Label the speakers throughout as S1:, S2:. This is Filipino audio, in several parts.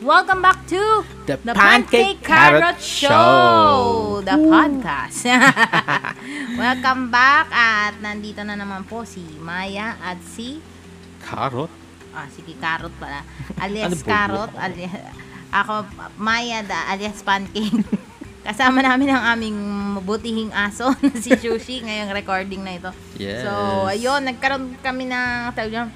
S1: welcome back to
S2: The Pancake Carrot Show.
S1: the podcast. welcome back at nandito na naman po si Maya at si
S2: Carrot?
S1: ah sige Carrot pala. Alias
S2: Ano po
S1: Carrot,
S2: yun?
S1: alias ako Maya da alias Pancake. Kasama namin ang aming mabutihing aso na si Sushi ngayong recording na ito.
S2: Yes.
S1: So, ayun, nagkaroon kami ng tawag niyan,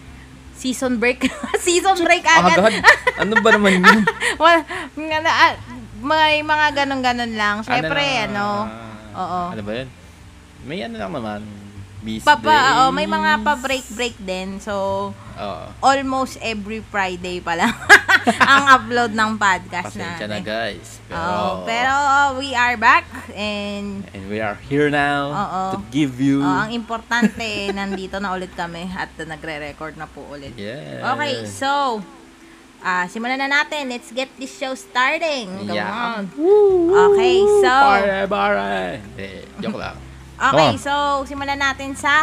S1: season break. season break
S2: Oh
S1: agad.
S2: Agad? ano ba naman yun?
S1: Wala, nga na, ah, may mga ganun-ganun lang. Siyempre,
S2: lang,
S1: ano,
S2: ah,
S1: oo.
S2: Ano ba yun? May ano lang naman. Busy
S1: papa, oo, may
S2: days.
S1: mga pa-break-break din. So,
S2: Oo.
S1: almost every Friday pala ang upload ng podcast
S2: Pasensya na
S1: natin.
S2: guys. Pero,
S1: Oo, pero uh, we are back and
S2: And we are here now
S1: Oo.
S2: to give you...
S1: oh, ang importante nandito na ulit kami at nagre-record na po ulit.
S2: yes.
S1: Okay, so ah simulan na natin. Let's get this show starting. Come
S2: Yeah.
S1: on. Okay, so
S2: Pare, pare. Hindi, joke lang.
S1: Okay,
S2: Come on.
S1: so simulan natin sa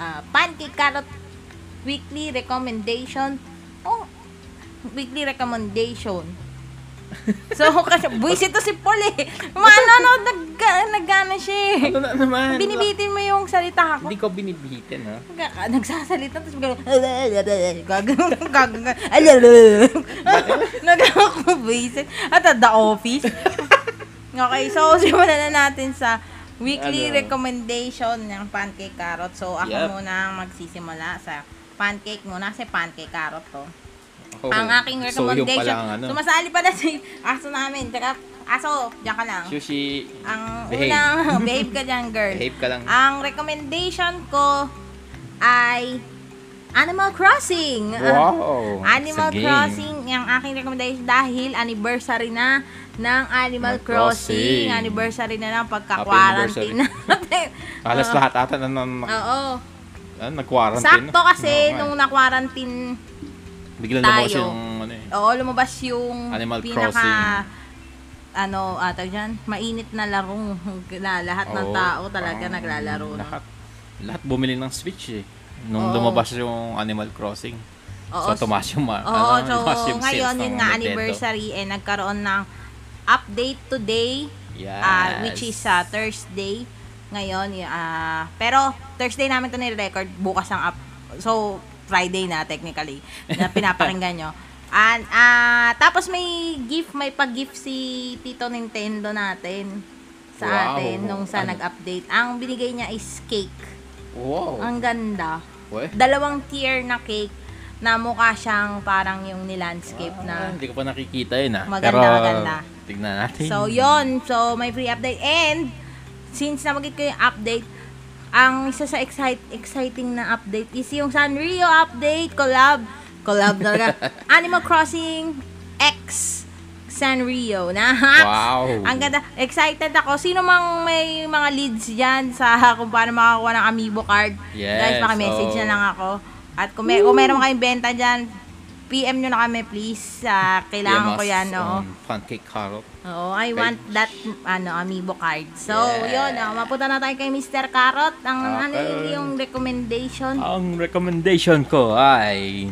S1: ah, Pancake Carrot Weekly Recommendation. Oh, Weekly Recommendation. So, kasi buwisit to si Paul eh. Maano, nag, nag, siya eh.
S2: Ano na naman?
S1: Binibitin mo yung salita ko.
S2: Hindi ko binibitin, ha?
S1: Nag- nagsasalita, tapos gano'n. Gagano'n, gagano'n. Nag-buwisit. At at the office. Okay, so simulan na natin sa weekly
S2: Ano?
S1: recommendation ng pancake carrot. So, ako
S2: Yep.
S1: muna ang magsisimula sa pancake muna kasi pancake carrot to.
S2: Oh,
S1: ang aking
S2: so yun
S1: recommendation.
S2: pala ang ano.
S1: Sumasali pala si aso namin. Tsaka, aso, diyan ka lang.
S2: Sushi,
S1: Ang
S2: behave.
S1: unang, behave ka dyan, girl.
S2: Behave ka lang.
S1: Ang recommendation ko ay Animal Crossing.
S2: Wow!
S1: Animal
S2: It's a game.
S1: Crossing yung aking recommendation dahil anniversary na ng Animal
S2: Animal
S1: Crossing.
S2: Crossing.
S1: Anniversary na ng
S2: Happy
S1: pagka-quarantine natin.
S2: Alas lahat ata na, na, na,
S1: Oo.
S2: ah, nag-quarantine.
S1: Sakto
S2: no? Oo
S1: kasi
S2: nga eh.
S1: nung na-quarantine,
S2: Bigla na kasi
S1: tayo.
S2: yung ano eh.
S1: oo, lumabas yung
S2: Animal
S1: pinaka, ano, ah, tawag dyan, mainit na larong na lahat ng
S2: Oo,
S1: tao talaga
S2: parang
S1: naglalaro. no?
S2: Lahat, lahat bumili ng Switch eh.
S1: Oo.
S2: Nung lumabas yung Animal Crossing.
S1: Oo,
S2: so, tumaas yung ma-
S1: Oo,
S2: ano,
S1: so
S2: tumaas yung sales
S1: ngayon
S2: ng
S1: yun nga
S2: Nintendo.
S1: anniversary eh, nagkaroon ng update today
S2: Yes.
S1: ah, which is ah, Thursday ngayon. y- ah, pero Thursday namin to ni-record bukas ang up. So Friday na technically na pinapakinggan nyo. And, ah, tapos may gift, may pag-gift si Tito Nintendo natin sa
S2: Wow.
S1: atin nung sa
S2: Ano?
S1: nag-update. Ang binigay niya is cake.
S2: Wow.
S1: Ang ganda
S2: Weh.
S1: dalawang tier na cake na mukha siyang parang yung ni-landscape na.
S2: Ah, hindi ko pa nakikita yun ah.
S1: Maganda,
S2: Pero,
S1: maganda.
S2: Tignan natin.
S1: So, yon So, may free update. And, since nabagit ko yung update, ang isa sa excite, exciting na update is yung Sanrio update, collab, collab talaga, Animal Crossing X Sanrio. Na
S2: Wow.
S1: Ang ganda. Excited ako. Sino mang may mga leads dyan sa kung paano makakuha ng Amiibo card.
S2: Yes,
S1: Guys, message
S2: oh.
S1: na lang ako. At kung, may, kung meron kayong benta dyan, PM nyo na kami please. Ah, kailangan ko
S2: Yamas
S1: yan. oo.
S2: on Pancake Carrot.
S1: Oo, I
S2: Page.
S1: want that ano amiibo card. So,
S2: Yeah.
S1: yun, ah, mapunta na tayo kay Mr. Carrot. Ang ano yun,
S2: Okay. Ah.
S1: yung recommendation.
S2: Ang recommendation ko ay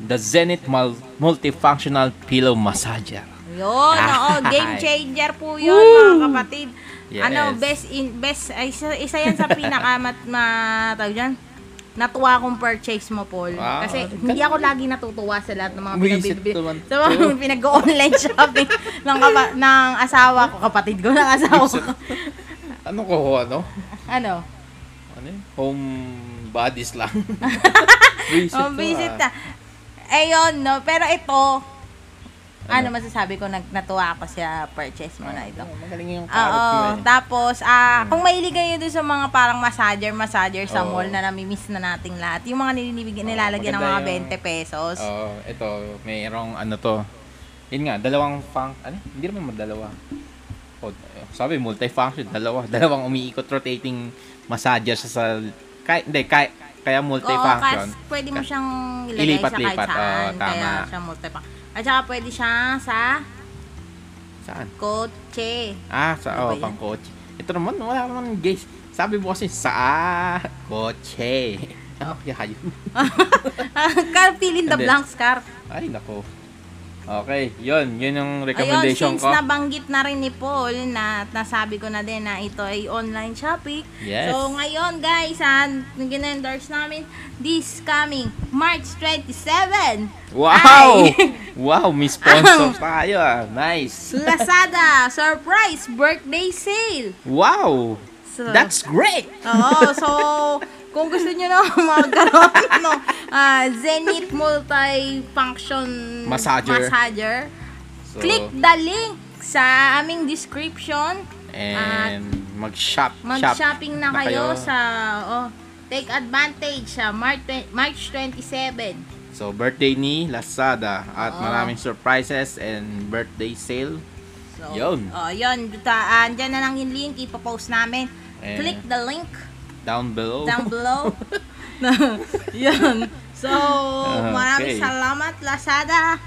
S2: The Zenith Mul- Multifunctional Pillow Massager.
S1: Yun, oo,
S2: Ay.
S1: game changer po yun, mga kapatid.
S2: Yes.
S1: Ano, best in best ay, isa, isa yan sa pinakamat ma tawag dyan. Natuwa akong purchase mo, Paul.
S2: Wow.
S1: Kasi hindi ako lagi natutuwa sa lahat ng mga
S2: Buisit
S1: pinabibili.
S2: naman
S1: Sa mga pinag-online shopping ng, kapa- ng asawa ko, kapatid ko, ng asawa ko.
S2: Ano ko, ano?
S1: Ano?
S2: Ano yun? Home bodies lang. visit ah.
S1: Oh, visit na. Eh, yun, no? Pero ito, ano, masasabi ko, nag, natuwa ako sa purchase mo na ito.
S2: Magaling yung carrot mo
S1: Oo,
S2: eh.
S1: tapos, ah, kung mahilig kayo doon sa mga parang massager, massager sa
S2: Oo.
S1: mall na namimiss na nating lahat, yung mga nililibig,
S2: Oo,
S1: nilalagyan ng
S2: maganda
S1: mga
S2: yung-
S1: 20 pesos.
S2: Oo, ito, mayroong ano to. Yun nga, dalawang funk, ano? Hindi naman dalawa. O, sabi, multifunction, dalawa. Dalawang umiikot rotating massager siya sa, kay, hindi, kay, kaya multifunction.
S1: kasi pwede mo siyang ilagay sa kahit
S2: Ilipat-lipat,
S1: saan, kaya
S2: oo, tama.
S1: siya multifunction. At saka pwede siya sa
S2: Saan?
S1: kotse.
S2: Ah, sa,
S1: Ano ba
S2: oh,
S1: yan?
S2: pang kotse. Ito naman, wala naman guys. Sabi mo kasi, sa eh. kotse. Ano kaya yun?
S1: Car, fill in the
S2: Hindi.
S1: blanks, car.
S2: Ay, nako. Okay, yun. Yun yung
S1: Ayun,
S2: recommendation
S1: since
S2: ko.
S1: nabanggit na rin ni Paul na at nasabi ko na din na ito ay online shopping.
S2: Yes.
S1: So, ngayon guys, ah, gina-endorse namin this coming March 27,
S2: Wow!
S1: Ay!
S2: wow, may sponsor tayo ah. Nice.
S1: Lazada Surprise Birthday Sale.
S2: Wow!
S1: So,
S2: That's great!
S1: Oo, so kung gusto nyo na magkaroon ng ah, Zenith Multifunction
S2: Massager.
S1: massager,
S2: So,
S1: click the link sa aming description.
S2: And mag-shop. shop.
S1: Mag-shopping na
S2: na
S1: kayo,
S2: kayo.
S1: sa oh, take advantage sa March, twen- March 27.
S2: So, birthday ni Lazada. At
S1: Oo.
S2: maraming surprises and birthday sale.
S1: So,
S2: Yun.
S1: Oh, yun. Ta, andyan na lang yung link. Ipopost namin.
S2: Eh. Oh.
S1: Click the link
S2: Down below.
S1: down below. yun. So, maraming
S2: Okay.
S1: salamat, Lazada.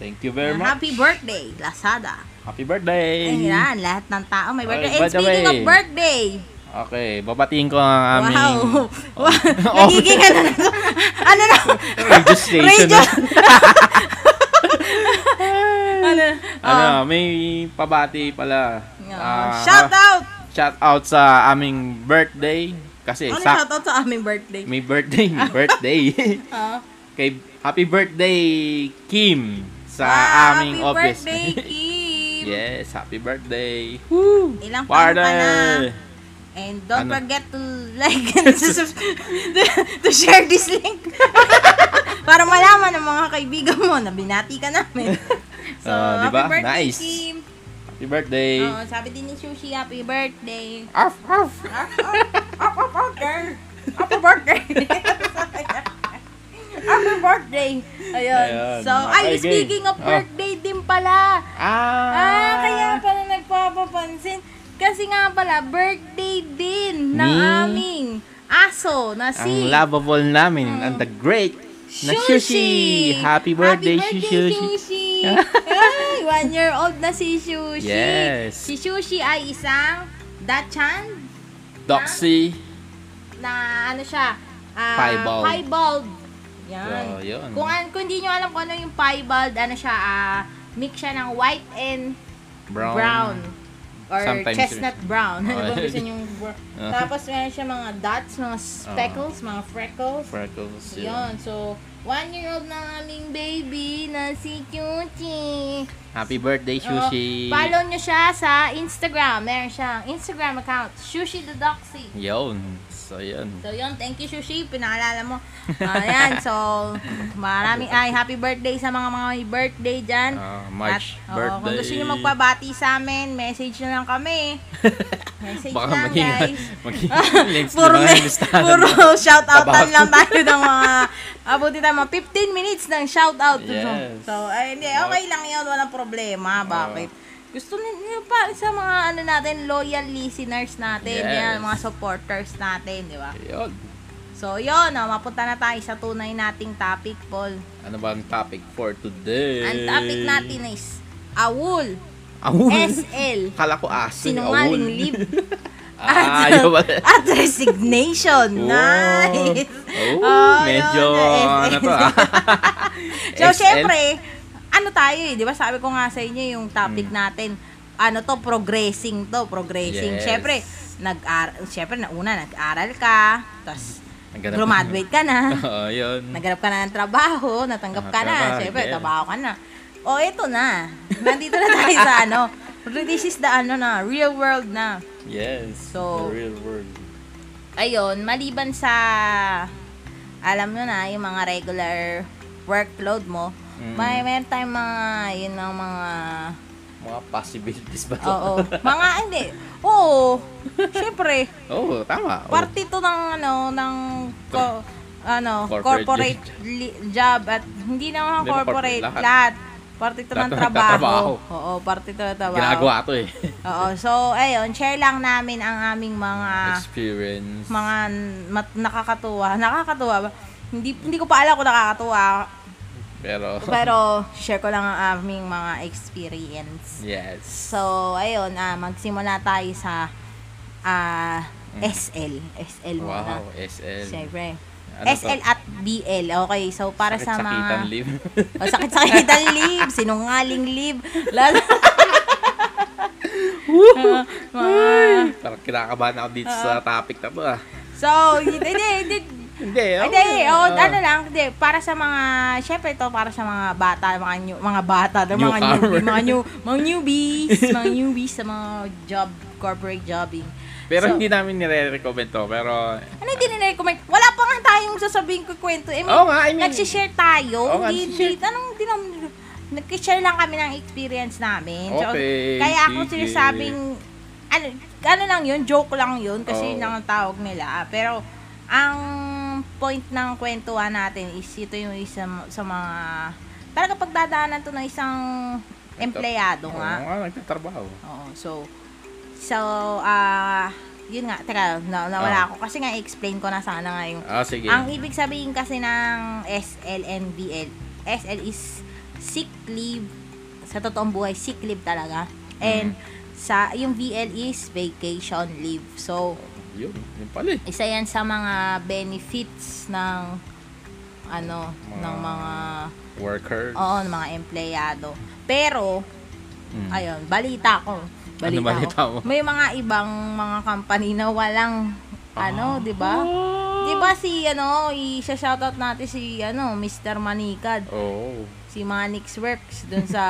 S2: Thank you very much.
S1: Happy birthday, Lazada.
S2: Happy birthday!
S1: Ayun yan, lahat ng tao may birthday.
S2: Okay, by
S1: And
S2: the
S1: speaking
S2: way,
S1: of birthday,
S2: Okay, babatiin ko ang aming...
S1: wow. wow. Nagiging ano na to? Ano na?
S2: Radio station na.
S1: ano? Oh,
S2: Ano, may pabati pala. Ah,
S1: shout out!
S2: shout out sa aming birthday. Kasi
S1: Ano
S2: sa,
S1: shout out sa aming birthday?
S2: may birthday, may birthday.
S1: Ah.
S2: Kay, happy birthday, Kim! Sa
S1: Wow,
S2: aming
S1: Ah, happy
S2: office.
S1: birthday, Kim!
S2: yes, happy birthday.
S1: Ilang taon ka na?
S2: Partner!
S1: And don't
S2: Ano?
S1: forget to like and to, sub- to- to share this link. Para malaman ng mga kaibigan mo na binati ka namin. So,
S2: Ah, diba?
S1: happy birthday,
S2: Nice. Eh.
S1: Kim!
S2: Happy birthday.
S1: Oo, sabi din ni Sushi, happy birthday!
S2: Arf, arf.
S1: Happy birthday! Happy birthday! Happy birthday! Ayun.
S2: Ayun.
S1: So, ay,
S2: Okay.
S1: speaking of
S2: Oh.
S1: birthday din pala.
S2: Ah,
S1: Ah, kaya pala nagpapapansin. Kasi nga pala, birthday din ng
S2: Ni-
S1: aming aso na si Mm.
S2: Ah, Ang lovable namin and the great na Sushi. Happy birthday,
S1: Happy
S2: Sushi.
S1: Sushi! Ay, one year old na si Sushi.
S2: Yes.
S1: Si Sushi ay isang Dachan
S2: Doxy.
S1: na ano siya, ah,
S2: Piebald.
S1: piebald. Yan.
S2: So, Oh, yun.
S1: Kung, an- kung hindi nyo alam kung ano yung piebald, ano siya, ah, mix siya ng white and brown. Or
S2: Sometimes
S1: chestnut brown. Ano ba
S2: Oh.
S1: gusto yung br-
S2: Oh.
S1: Tapos meron siya mga dots, mga speckles, mga freckles.
S2: Freckles.
S1: Yun. So, one year old na aming baby na si Cutie.
S2: Happy birthday,
S1: Oo.
S2: Sushi.
S1: Oh, follow nyo siya sa Instagram. Meron siyang Instagram account, Sushi the Doxy.
S2: Yun. So, yun.
S1: So yun, thank you Sushi, pinaalala mo. Oh, Ayan, so maraming ay happy birthday sa mga mga may birthday dyan.
S2: Ah, March
S1: At, oo,
S2: birthday.
S1: kung gusto niyo magpabati sa amin, message na lang kami. Message
S2: Baka
S1: lang
S2: maging,
S1: guys. Ah,
S2: maging links
S1: puro
S2: na
S1: me,
S2: mga listahan.
S1: puro shoutoutan
S2: About.
S1: lang tayo ng mga abuti tayo mga 15 minutes ng shoutout.
S2: Yes.
S1: So, ay, hindi, okay lang yun, walang problema. Bakit? Gusto niyo pa sa mga ano natin, loyal listeners natin,
S2: Yes.
S1: yan, mga supporters natin, di ba?
S2: Yun.
S1: So, yun, oh, mapunta na tayo sa tunay nating topic, Paul.
S2: Ano ba ang topic for today?
S1: Ang topic natin is Awul,
S2: Awul.
S1: SL,
S2: Kala ko asin.
S1: Sinungaling
S2: awul.
S1: Lib,
S2: Ah, yun pala.
S1: at Resignation.
S2: Oh.
S1: Nice!
S2: Oh,
S1: Oh,
S2: medyo
S1: yun, na-
S2: ano to ah.
S1: So,
S2: SL.
S1: syempre, ano tayo eh, di ba? Sabi ko nga sa inyo yung topic
S2: Mm.
S1: natin, ano to, progressing to, progressing.
S2: Yes.
S1: Syempre, nag-aral, syempre, nauna, nag-aral ka, tapos,
S2: Naghanap-
S1: graduate ka na.
S2: Oo, Oh, yun.
S1: Naganap ka na ng trabaho, natanggap ka na,
S2: Nakatrabaho,
S1: syempre,
S2: yes.
S1: trabaho ka na. O, eto na. Nandito na tayo sa ano. This is the ano na, real world na.
S2: Yes.
S1: So,
S2: the real world.
S1: Ayun, maliban sa, alam nyo na, yung mga regular workload mo,
S2: Mm.
S1: may meron tayong mga, yun ang mga,
S2: Mga possibilities ba? to?
S1: oo, mga, hindi, oo, syempre,
S2: Oo, Oh, tama. Oo.
S1: parte to ng ano ng ko, ano
S2: Corporate
S1: corporate, li- job at hindi naman
S2: Hindi ba
S1: corporate,
S2: corporate
S1: lahat.
S2: lahat?
S1: Parte to
S2: Lahat
S1: ng
S2: ng
S1: trabaho.
S2: nagtatrabaho.
S1: Oo, parte to ng trabaho.
S2: Ginagawa to eh.
S1: Oo, so ayun, share lang namin ang aming mga
S2: Experience.
S1: mga mat- nakakatuwa. Nakakatuwa ba? Hindi hindi ko pa alam kung nakakatuwa,
S2: Pero,
S1: pero share ko lang ang aming mga experience.
S2: yes.
S1: So, ayun, ah, magsimula tayo sa ah, SL. SL muna.
S2: Mm. Wow, SL.
S1: Siyempre.
S2: Ano to?
S1: SL at BL. Okay, so para sa mga...
S2: Sakit-sakitan live.
S1: Oh, sakit-sakit ang lib, sinungaling lib. Lalo... Ah, mga-
S2: Parang kinakabahan ako dito sa topic na to ah.
S1: so, hindi, hindi, hindi.
S2: Hindi, oh.
S1: Hindi, oh,
S2: Ah.
S1: ano lang, hindi, para sa mga, syempre to, para sa mga bata, mga, new, mga bata, mga
S2: Newcomer.
S1: newbie, mga, new, mga newbies, mga newbies sa mga job, corporate jobbing.
S2: Pero
S1: So,
S2: hindi namin nire-recommend to. Pero,
S1: Ano hindi nila recommend? Wala pa nga tayong sasabihin ko kwento. eh, I mean,
S2: Oo nga, I mean-
S1: nagsishare tayo.
S2: Ano Oo nga,
S1: hindi,
S2: nagsishare.
S1: hindi, anong hindi naman- nag-share lang kami ng experience namin. So,
S2: Okay,
S1: kaya ako
S2: sige.
S1: sinasabing, ano, ano lang yun, joke lang yun, kasi
S2: Oo.
S1: yun lang ang tawag nila. Pero, ang point ng kwentuhan natin is ito yung isa sa mga, talaga pagdadaanan to ng isang empleyado
S2: Oo
S1: nga.
S2: nga, nagtatrabaho.
S1: Oo, so, so, ah, yun nga, teka, na, nawala
S2: Ah.
S1: ako. Kasi nga, explain ko na sana nga yung,
S2: Ah, sige.
S1: ang ibig sabihin kasi ng SL and BL, SL is sick leave, sa totoong buhay, sick leave talaga. And,
S2: Mm.
S1: sa, yung VL is vacation leave. So,
S2: Yun, yun pala eh.
S1: isa yan sa mga benefits ng, ano, ng mga,
S2: Worker.
S1: oo, ng mga empleyado. Pero,
S2: Mm.
S1: Ayun, balita ko. Balita,
S2: Ano balita
S1: ko.
S2: mo?
S1: May mga ibang mga company na walang ano,
S2: Ah.
S1: 'di ba? 'Di ba si ano, i-shoutout natin si ano, Mr. Manikad,
S2: Oo.
S1: si Manix Works dun sa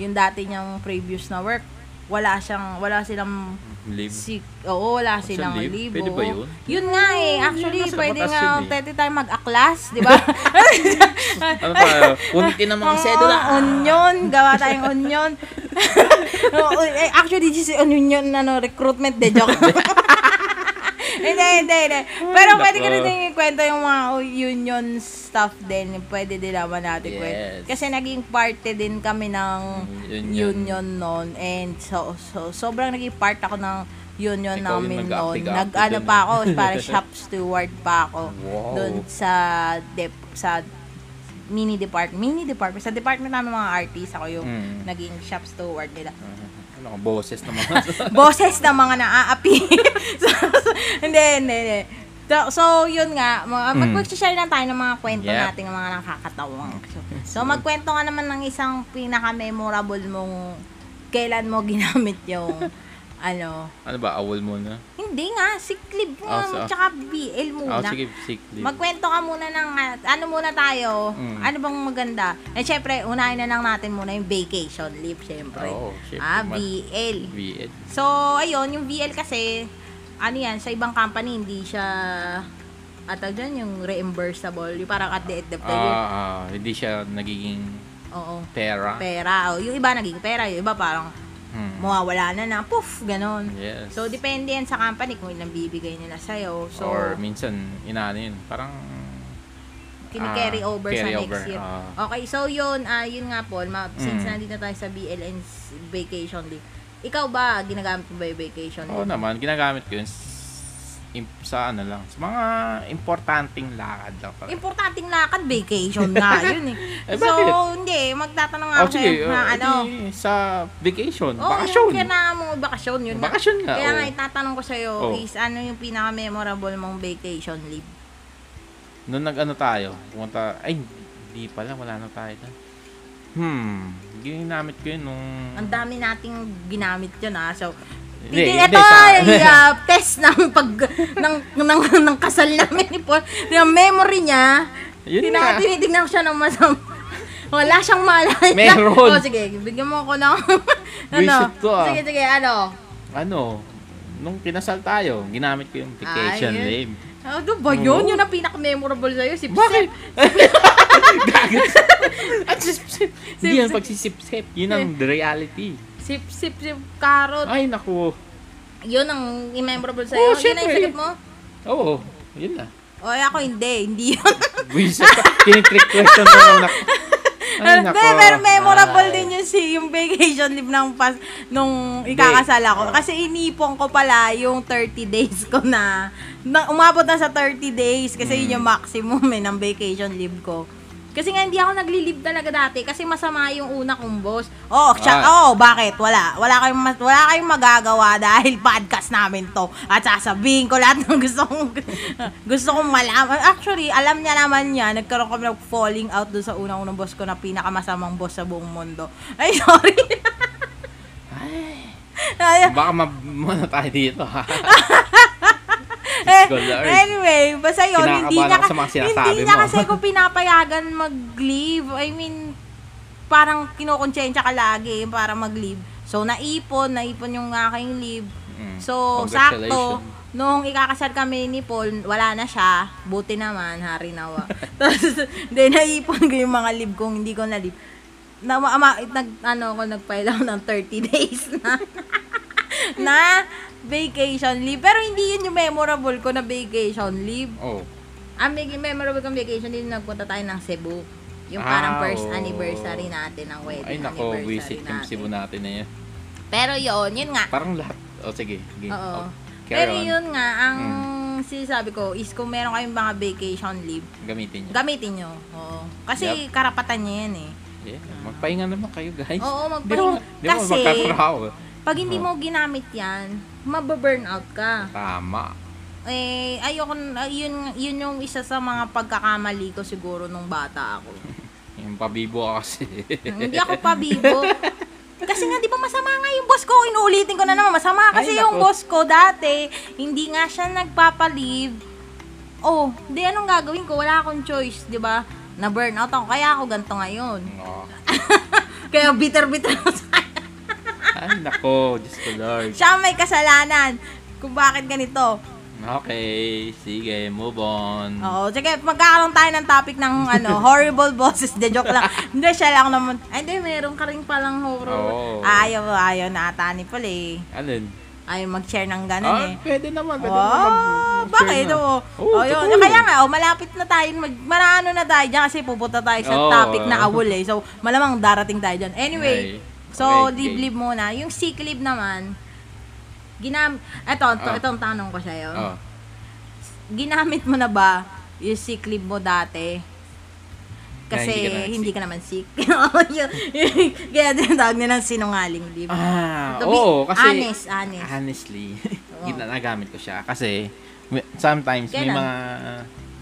S1: yung dati niyang previous na work. Wala siyang wala silang
S2: Live.
S1: si oo, wala silang
S2: leave?
S1: libo.
S2: Pwede ba yun?
S1: Yun nga eh. Actually,
S2: nasa
S1: pwede
S2: batas
S1: nga
S2: yun eh.
S1: pwede tayo mag-aklas, 'di ba?
S2: Ano tayo? Kunti na mga
S1: Oo,
S2: sedula.
S1: Ah, Onion, gawa tayong onion. Oo, eh, Actually, this is onion ano, recruitment de joke. Hindi, hindi, hindi. Pero
S2: Nako.
S1: pwede ko rin din ikwento yung mga union stuff din. Pwede din naman natin
S2: Yes.
S1: kwento. Kasi naging parte din kami ng
S2: Mm, union.
S1: union noon. And so, so, sobrang naging part ako ng union
S2: Ikaw yung
S1: namin noon.
S2: nag-aapig-aapig
S1: Nag-ano
S2: dun,
S1: pa
S2: eh.
S1: ako, para shop steward pa ako.
S2: Wow.
S1: Doon sa, dep sa mini department, mini department, sa department namin mga artist, ako yung
S2: Mm.
S1: naging shop steward nila.
S2: Ano ka, boses na mga...
S1: Boses ng mga naaapi. so, so, hindi, hindi, hindi. So, so, yun nga, mag-
S2: Mm.
S1: mag-share lang tayo ng mga kwento
S2: Yep.
S1: natin, ng mga nakakatawang. So, so, magkwento ka naman ng isang pinaka-memorable mong kailan mo ginamit yung ano,
S2: ano ba, awol muna?
S1: hindi nga, sick leave mo,
S2: Ah, so-
S1: tsaka BL
S2: Ah,
S1: muna.
S2: sige, sick leave.
S1: Magkwento ka muna ng ah, ano muna tayo.
S2: Mm.
S1: Ano bang maganda? Eh syempre, unahin na lang natin muna yung vacation leave syempre.
S2: Oo, syempre
S1: ah,
S2: naman.
S1: BL.
S2: VL.
S1: So, ayun, yung VL kasi ano yan, sa ibang company hindi siya ataw dyan, yung reimbursable, yung parang at the end of the year.
S2: Ah, ah, hindi siya nagiging
S1: Oo.
S2: pera.
S1: Pera. O, yung iba naging pera, yung iba parang
S2: Hmm.
S1: mawawala na na, poof, ganon.
S2: Yes.
S1: So, depende yan sa company kung ilang bibigay nila sa'yo. So,
S2: Or minsan, inaano yun, parang...
S1: kini-carry
S2: Ah,
S1: over
S2: carry
S1: sa
S2: over,
S1: next year.
S2: ah.
S1: okay, so yun, ah yun nga Paul, ma- since
S2: Mm.
S1: nandito tayo sa BLN s- vacation leave, ikaw ba, ginagamit mo ba yung vacation
S2: Oo
S1: leave?
S2: naman, ginagamit ko yun s- im- sa ano lang, sa mga importanteng lakad lang. Parang.
S1: Importanting lakad, vacation nga, yun eh.
S2: Eh,
S1: so,
S2: bakit?
S1: hindi, magtatanong
S2: Oh,
S1: ako na
S2: sige, oh,
S1: ano.
S2: edi sa vacation,
S1: Oo,
S2: bakasyon.
S1: yung kailangan mo bakasyon, yun nga.
S2: Bakasyon nga, oh.
S1: Kaya
S2: oo.
S1: nga, itatanong ko sa'yo
S2: Oo.
S1: is ano yung pinaka-memorable mong vacation leave?
S2: Nung nag-ano tayo, pumunta, ay, hindi pala, wala na tayo. doon. Hmm, ginamit ko yun nung...
S1: Ang dami nating ginamit yun ah. So,
S2: Hindi,
S1: hindi,
S2: hindi,
S1: ito
S2: sa-
S1: ay ah, test ng pag ng, ng, ng kasal namin ni Paul. Yung memory niya,
S2: Yun
S1: tina-
S2: nga.
S1: tinitignan ko siya ng masam. Wala siyang malay.
S2: Meron.
S1: Oh, sige, bigyan mo ako ng ano.
S2: Visit ko, ah.
S1: Sige, sige, ano.
S2: Ano, nung kinasal tayo, ginamit ko yung vacation
S1: yun.
S2: leave.
S1: Ano ba yun?
S2: Oo.
S1: Yun ang pinaka-memorable sa'yo, si
S2: Bakit?
S1: Psep.
S2: Gagat. At sip-sip. Hindi yan
S1: Sip-sip.
S2: pagsisip-sip. Yun ang
S1: Eh.
S2: reality.
S1: Sip, sip, sip, carrot.
S2: Ay, naku.
S1: Yun ang memorable sa'yo. yun
S2: Oo,
S1: ang
S2: Oh, syempre.
S1: isip mo?
S2: Oo, yun na.
S1: O, ako hindi. Hindi yun.
S2: Buisa pa. Tinitrick question mo lang. nak- Ay,
S1: Hindi,
S2: nako.
S1: pero memorable
S2: Ay.
S1: din yung, si, yung vacation leave ng pas, nung ikakasal ako.
S2: Oh.
S1: Kasi inipon ko pala yung 30 days ko na, na umabot na sa 30 days kasi yun yung maximum eh, ng vacation leave ko. Kasi nga hindi ako nagli-leave talaga dati kasi masama yung una kong boss. Oh, siya,
S2: Ah.
S1: oh, bakit? Wala. Wala kayong mas- wala kayong magagawa dahil podcast namin 'to. At sasabihin ko lahat ng gusto kong gusto kong malaman. Actually, alam niya naman niya, nagkaroon kami ng falling out doon sa unang-unang boss ko na pinakamasamang boss sa buong mundo. Ay, sorry. Ay,
S2: Baka ma- muna tayo dito ha.
S1: Eh,
S2: Good Lord.
S1: anyway, basta yun,
S2: Kinakabahan
S1: hindi niya,
S2: ako
S1: ka-
S2: sa mga sinasabi
S1: hindi niya
S2: mo.
S1: kasi ko pinapayagan mag-leave. I mean, parang kinokonsensya ka lagi para mag-leave. So, naipon, naipon yung aking leave.
S2: Mm.
S1: So, sakto,
S2: Congratulations.
S1: nung ikakasal kami ni Paul, wala na siya. Buti naman, hari nawa. Tapos, hindi, naipon ko yung mga leave kong hindi ko na-leave. Na, ma, ma, nag, ano ako, nag-file ako ng 30 days na, na vacation leave. Pero hindi yun yung memorable ko na vacation leave.
S2: Oh.
S1: Ang big- memorable kong vacation leave, nagpunta tayo ng Cebu. Yung
S2: Ah,
S1: parang first
S2: oo.
S1: anniversary natin ng wedding
S2: Ay nako,
S1: anniversary
S2: visit yung
S1: natin.
S2: Cebu natin na yun.
S1: Pero yun, yun nga,
S2: Parang lahat. Oh, sige. sige.
S1: Oo.
S2: Oh,
S1: Pero
S2: carry on. Mm.
S1: yun nga, ang sinasabi ko is kung meron kayong mga vacation leave,
S2: Gamitin niya.
S1: gamitin nyo. Oo. Kasi karapatan nyo yan eh.
S2: Yeah. Magpahinga naman kayo, guys.
S1: Oo,
S2: Di ba,
S1: magpahinga.
S2: di ba
S1: Kasi-
S2: magkatrabaho?
S1: Pag hindi
S2: Oo.
S1: mo ginamit yan, mababurnout ka.
S2: Tama.
S1: Eh, ayoko, na- yun, yun yung isa sa mga pagkakamali ko siguro nung bata ako.
S2: Yung pabibo ka kasi.
S1: hindi ako pabibo. Kasi nga, di ba masama nga yung boss ko? Inuulitin ko na naman, masama kasi
S2: Ay,
S1: yung
S2: nako.
S1: boss ko dati, hindi nga siya nagpapalive. Oh, di anong gagawin ko? Wala akong choice, di ba? Na-burnout ako, kaya ako ganito ngayon.
S2: no.
S1: Kaya bitter-bitter ako sa
S2: Ay, nako. Diyos ko, Lord.
S1: Siya ang may kasalanan kung bakit ganito.
S2: Okay. Sige, move on.
S1: Oo, sige, magkakaroon tayo ng topic ng ano, horrible bosses. De, joke lang. hindi, siya lang naman. Ay, hindi, meron ka rin palang horror.
S2: Oo.
S1: Ayaw, ayaw na ata ni Paul eh.
S2: Alin?
S1: Ayaw mag-share ng ganun
S2: Ah,
S1: eh.
S2: pwede naman. Pwede
S1: Wow,
S2: naman.
S1: bakit? Oo.
S2: Oo,
S1: Oh, yun.
S2: totoo.
S1: Kaya nga, oh, malapit na tayo, mag, marano na tayo dyan kasi pupunta tayo sa
S2: Oo.
S1: topic na awol eh. So, malamang darating tayo dyan. Anyway,
S2: Okay.
S1: so,
S2: Okay,
S1: leave,
S2: okay.
S1: leave muna. Yung sick leave naman, ginam... Eto, ito,
S2: Ah.
S1: itong tanong ko sa'yo.
S2: Oh.
S1: Ginamit mo na ba yung sick leave mo dati? Kasi
S2: Na
S1: hindi
S2: hindi
S1: ka naman sick. Oo, yun. Kaya tinatawag nilang sinungaling leave.
S2: Ah,
S1: To be
S2: oo. Kasi,
S1: honest, honest. Oh.
S2: Honestly,
S1: Oo.
S2: ginagamit ko siya. Kasi, may- sometimes, may
S1: Kailan?
S2: mga,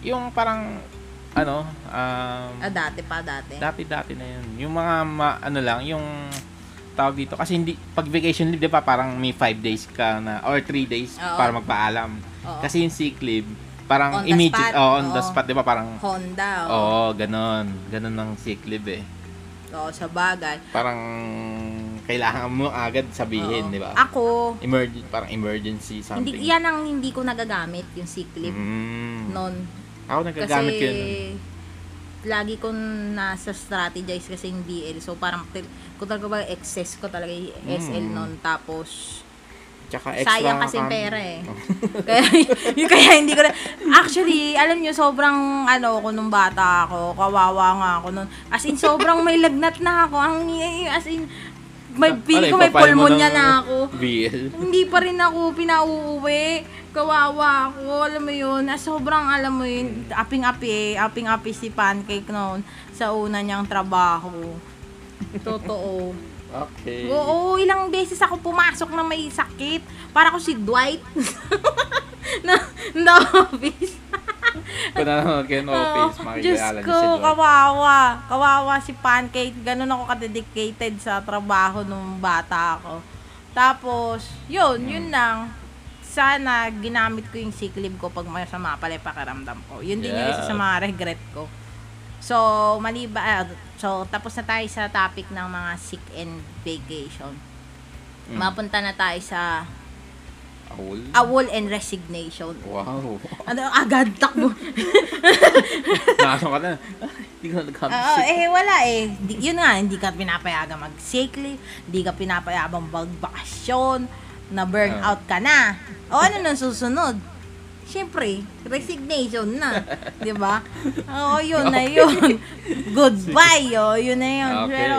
S2: yung parang, ano, um,
S1: Ah, dati pa, dati.
S2: dati-dati na yun. Yung mga, ma- ano lang, yung tawag dito. Kasi hindi, pag vacation leave, di ba, parang may 5 days ka na, or 3 days
S1: Oo.
S2: para magpaalam.
S1: Oo.
S2: Kasi yung sick leave,
S1: On
S2: parang
S1: the
S2: immediate,
S1: spot.
S2: oh, on the
S1: Oo.
S2: spot, di ba, parang,
S1: Honda, oh.
S2: oo, oh, ganon. Ganon ng sick leave eh.
S1: Oo, sa bagay.
S2: Parang, kailangan mo agad sabihin,
S1: Oo.
S2: di ba?
S1: Ako,
S2: Emergen parang emergency something.
S1: hindi, yan ang hindi ko nagagamit, yung sick leave.
S2: Mm.
S1: Noon.
S2: Ako
S1: Kasi,
S2: nagagamit ko yun.
S1: lagi kong nasa strategize kasi yung DL. So, parang, til- kung talaga ba, excess ko talaga yung SL
S2: Mm.
S1: noon. Tapos,
S2: Tsaka extra
S1: sayang kasi
S2: account.
S1: pera eh.
S2: Oh.
S1: kaya, yun, kaya hindi ko na, actually, alam nyo, sobrang, ano, ko nung bata ako, kawawa nga ako nun. As in, sobrang may lagnat na ako. Ang, as in, may,
S2: Ano,
S1: feeling ko may
S2: ipapile mo
S1: pulmonya
S2: ng
S1: na ako.
S2: BL.
S1: hindi pa rin ako pinauuwi. Kawawa ako, alam mo yun. Ah, sobrang alam mo yun, aping-api eh. Aping-api si Pancake noon sa una niyang trabaho. Totoo.
S2: Okay.
S1: Oo, ilang beses ako pumasok na may sakit. Para ko si Dwight na, na office.
S2: Kung nanonood kayo ng office,
S1: Oo,
S2: makikilala
S1: Oh, Diyos
S2: niyo si
S1: ko,
S2: Joy.
S1: kawawa. Kawawa si Pancake. Ganun ako kadedicated sa trabaho nung bata ako. Tapos, yun, yun lang. Sana ginamit ko yung sick leave ko pag masama pala yung pakiramdam ko. Yun din yung isa
S2: Yeah.
S1: sa mga regret ko. So, maliba, ah, so tapos na tayo sa topic ng mga sick and vacation.
S2: Mm.
S1: Mapunta na tayo sa
S2: Awol.
S1: awol and resignation.
S2: Wow.
S1: Ano, agad takbo.
S2: Nasa ka na. Hindi ko na nagkamit.
S1: Oo, eh wala eh. Di- yun nga, hindi ka pinapayagan mag-sick leave, hindi ka pinapayagan magbakasyon, na burnout ka na. O ano nang susunod? Siyempre, resignation na. di ba? Oo, yun na yun. Goodbye, oh, yun na yun.
S2: Okay.
S1: Pero,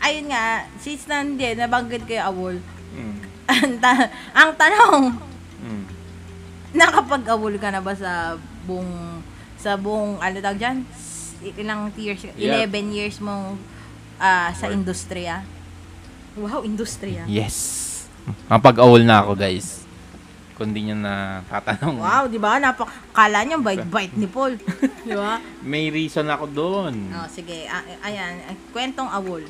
S1: ayun nga, since nandiyan, nabanggit ko yung awol.
S2: Mm.
S1: ang, ta- ang tanong,
S2: Mm.
S1: nakapag-awol ka na ba sa buong, sa buong, ano tawag dyan? S- ilang years,
S2: Yeah.
S1: 11 years mong ah, sa industriya. Wow, industriya.
S2: Yes. Mapag-awol na ako, guys. Kung di nyo na tatanong.
S1: Wow, di ba? Napakala niya, bite-bite ni Paul. di ba?
S2: May reason ako doon.
S1: Oh, sige. A- ayan, ah, kwentong awol.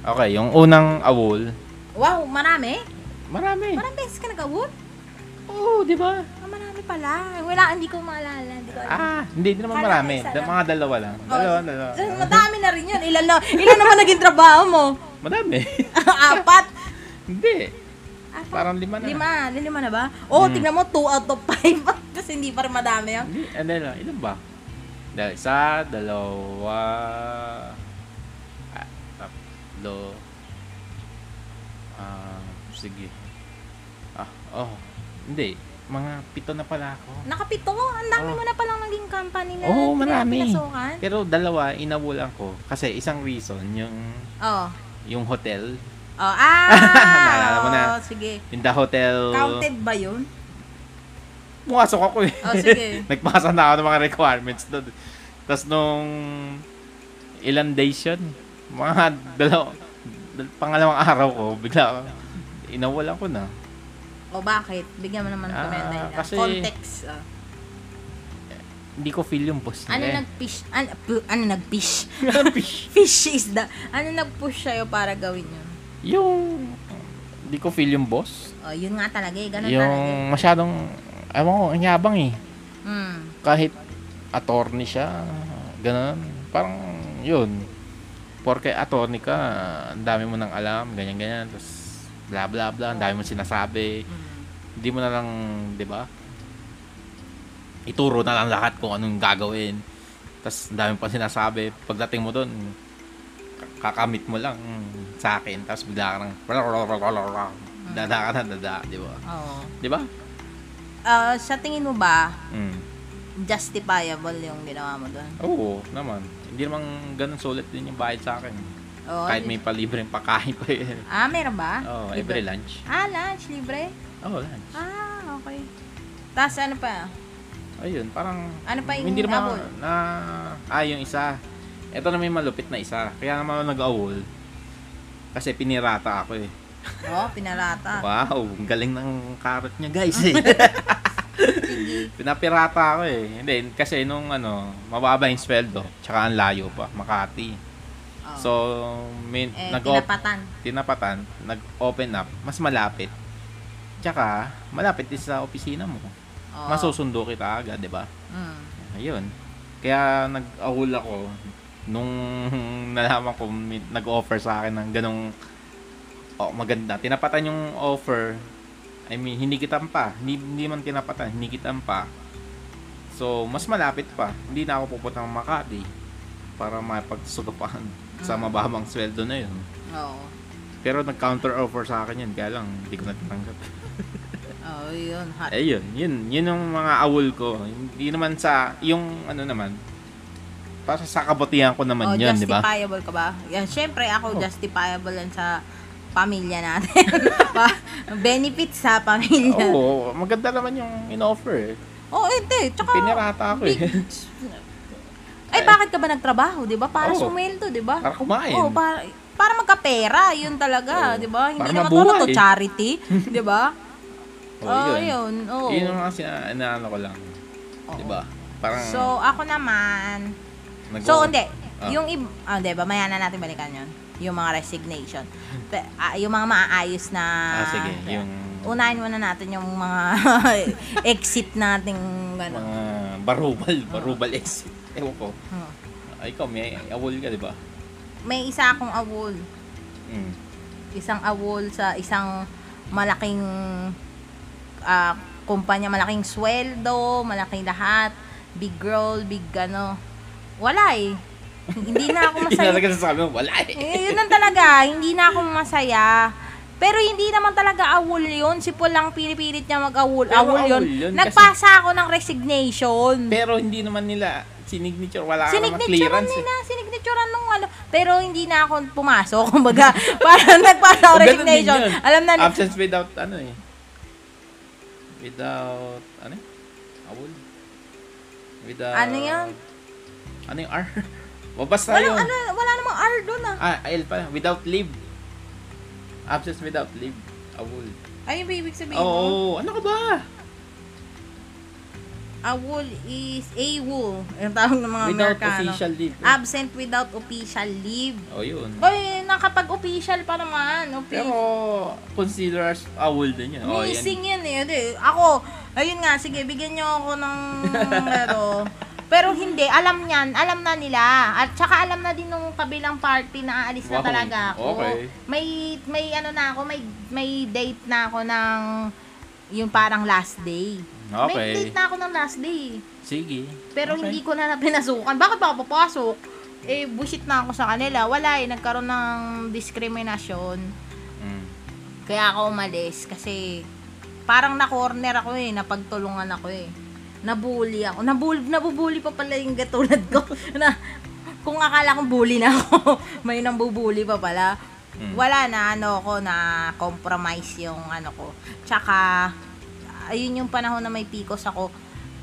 S2: Okay, yung unang awol,
S1: Wow, marami?
S2: marami.
S1: Marami beses ka nag-awol?
S2: Oo, di ba?
S1: Ah, marami pala. Wala, hindi ko maalala. Hindi ko alam.
S2: Ah, hindi, hindi naman
S1: Kala ko
S2: marami.
S1: isa
S2: Da-
S1: lang.
S2: mga dalawa lang.
S1: Oh,
S2: Dalawa, dalawa.
S1: so, madami na rin yun. Ilan, na, ilan naman naging trabaho mo?
S2: Madami.
S1: Apat?
S2: hindi.
S1: Apat?
S2: Parang lima na.
S1: Lima, lima na ba? Oo, oh,
S2: Mm.
S1: tingnan mo, 2 out of 5. Kasi hindi pa rin madami oh. yun.
S2: Hindi, ano lang, ilan ba? Dahil isa, dalawa, ah, tatlo, ah, sige. Ah, oh, hindi. Mga pito na pala ako.
S1: Nakapito, ang dami
S2: Oh.
S1: mo na palang naging company na
S2: Oo,
S1: pina-
S2: marami.
S1: pinasukan.
S2: Pero dalawa, inabulan ko. Kasi isang reason, yung,
S1: Oo.
S2: yung hotel.
S1: Oh, ah,
S2: Naalala mo na.
S1: oo, sige.
S2: In the hotel.
S1: Counted ba yun?
S2: Pumasok ako eh.
S1: Oh, sige.
S2: Nagpasa na ako ng mga requirements doon. Tapos nung ilan days yun, mga dalaw, dal- pangalawang araw ko, bigla inawalan ko na.
S1: O bakit? Bigyan mo naman kami ng
S2: Ah,
S1: dahilan.
S2: kasi-
S1: Context. ah.
S2: Hindi ko feel yung boss eh.
S1: ano
S2: nila.
S1: nag-fish? Ano, pu- ano nag-fish?
S2: nag-
S1: Fish is the... Ano nag-push sa'yo para gawin yun?
S2: yung, hindi ko feel yung boss.
S1: O, yun nga talaga eh. Ganun
S2: yung
S1: talaga eh.
S2: masyadong, ewan ko, ang yabang eh.
S1: Hmm.
S2: Kahit attorney siya, ganun. Parang yun. Porke attorney ka, ang dami mo nang alam, ganyan-ganyan. Tapos bla bla bla, ang dami mo sinasabi.
S1: Hmm.
S2: hindi mo na lang, 'di ba? Ituro na lang lahat kung anong gagawin. Tapos ang dami pa sinasabi. Pagdating mo doon, kakamit mo lang mm, sa akin. Tapos bigla ka nang dada ka na dada, di ba?
S1: Oo.
S2: Di ba?
S1: Oh. Ah, sa tingin mo ba,
S2: Mm.
S1: justifiable yung ginawa mo doon?
S2: Oo, naman. Hindi naman ganun sulit din yung bayad sa akin.
S1: Oo.
S2: Kahit may palibreng pakain pa yun.
S1: Ah, meron ba?
S2: Oo, oh,
S1: Libre.
S2: every lunch.
S1: Ah, lunch, libre.
S2: Oo, oh, lunch.
S1: Ah, okay. Tapos ano pa?
S2: Ayun, parang...
S1: Ano pa yung
S2: Hindi naman
S1: habol?
S2: na... Ah, yung isa. Ito na may malupit na isa. Kaya naman ako nag-awol. Kasi pinirata ako eh.
S1: Oh, pinalata.
S2: Wow, ang galing ng karot niya guys eh.
S1: Sige.
S2: Pinapirata ako eh. Hindi, kasi nung ano, mababa yung sweldo. Tsaka ang layo pa, Makati.
S1: Oh.
S2: So, may,
S1: eh,
S2: nag
S1: tinapatan.
S2: tinapatan, nag-open up, mas malapit. Tsaka, malapit din sa opisina mo.
S1: Oo.
S2: Masusundo kita agad, di ba?
S1: Oh. Mm.
S2: Ayun. Kaya nag-ahul ako nung nalaman ko may- nag-offer sa akin ng ganong oh, maganda. Tinapatan yung offer. I mean, hindi kitan pa. Hindi, hindi man tinapatan, hindi kitan pa. So, mas malapit pa. Hindi na ako pupunta ng Makati para mapagsugapan sa
S1: Mm.
S2: mababang sweldo na yun.
S1: Oo.
S2: Pero nag-counter offer sa akin yun, kaya lang hindi ko natanggap.
S1: Oo, Oh, yun. Hot.
S2: Ayun, yun, yun yung mga awol ko. Hindi naman sa, yung ano naman, para sa kabutihan ko
S1: Oh,
S2: naman yun, di ba?
S1: justifiable ka ba? Yan, syempre ako
S2: Oh.
S1: justifiable yan sa pamilya natin. Pa- Benefits sa pamilya.
S2: Oo, maganda naman yung in-offer. eh.
S1: Oh, hindi. Tsaka,
S2: Pinirata ako eh.
S1: big- Ay, bakit ka ba nagtrabaho, di ba? Para
S2: Oo.
S1: sumildo, di ba?
S2: Para kumain.
S1: Oh, para para magkapera, 'yun talaga,
S2: Oo.
S1: 'di ba? Hindi
S2: Para
S1: naman to, ano to
S2: mabuhay.
S1: charity, 'di ba?
S2: Oo,
S1: oh,
S2: yun.
S1: 'yun. Oh.
S2: Yun yung mga sina- inaano ko lang,
S1: Oo.
S2: di ba? Parang,
S1: So, ako naman.
S2: nag-
S1: So, hindi.
S2: Ah.
S1: Yung ib- ah, 'di ba? Maya na natin balikan 'yon. Yung mga resignation. Pe- ah, yung mga maaayos na
S2: Ah, sige, yung
S1: Unahin muna natin yung mga exit nating ano.
S2: mga barubal, barubal exit. Ewan ko.
S1: Hmm.
S2: Ay, ikaw, may awol ka, di ba?
S1: May isa akong awol.
S2: Mm.
S1: isang awol sa isang malaking ah, kumpanya, malaking sweldo, malaking lahat, big role, big ano. Wala eh. Hindi na ako
S2: Yun
S1: masaya.
S2: talaga sasabi mo, wala eh.
S1: eh, yun lang talaga, hindi na ako masaya. Pero hindi naman talaga awol yun. Si Paul lang pinipilit niya mag-awol.
S2: Pero
S1: awol yun.
S2: awol yun kasi-
S1: Nagpasa ako ng resignation.
S2: Pero hindi naman nila sinignature, wala ka namang
S1: Sinigniturean
S2: clearance eh.
S1: nila, sinigniturean nung ano. Pero hindi na ako pumasok. Kumbaga, parang nagpasa ako
S2: Oh, ganun din
S1: resignation.
S2: yun.
S1: Alam na,
S2: Absence without ano eh. Without ano? eh? Awol. Without
S1: Ano yun?
S2: Ano yung R? O basta
S1: Walang,
S2: yun.
S1: ano, wala namang R doon ah.
S2: Ah, L pala. Without leave. Absence without leave. Awol.
S1: Ayun ba ibig sabihin
S2: Oo,
S1: mo?
S2: oh, ano ka ba?
S1: A wool is a wool. Yung tawag ng mga
S2: without
S1: Amerikano.
S2: official leave.
S1: Absent without official leave.
S2: oh, yun.
S1: Oy, nakapag-official pa naman. Official.
S2: Pero, consider as awol din yun. Oh, yan.
S1: Missing yun eh. Hindi, Ako, ayun nga, sige, bigyan nyo ako ng pero Pero hindi, alam niyan, alam na nila. At saka alam na din nung kabilang party na aalis na
S2: Wow.
S1: talaga ako.
S2: Okay.
S1: May, may ano na ako, may, may date na ako ng yung parang last day. May
S2: Okay.
S1: date na ako ng last day.
S2: Sige.
S1: Pero
S2: Okay.
S1: hindi ko na pinasukan. Bakit ba ako papasok? Eh, busit na ako sa kanila. Wala eh, nagkaroon ng discrimination.
S2: Mm.
S1: Kaya ako umalis kasi parang na-corner ako eh, napagtulungan ako eh. Nabully ako. Nabul nabubully pa pala yung katulad ko. na, kung akala kong bully na ako, may nambubully pa pala.
S2: Mm.
S1: Wala na ano ko na compromise yung ano ko. Tsaka ayun yung panahon na may picos ako.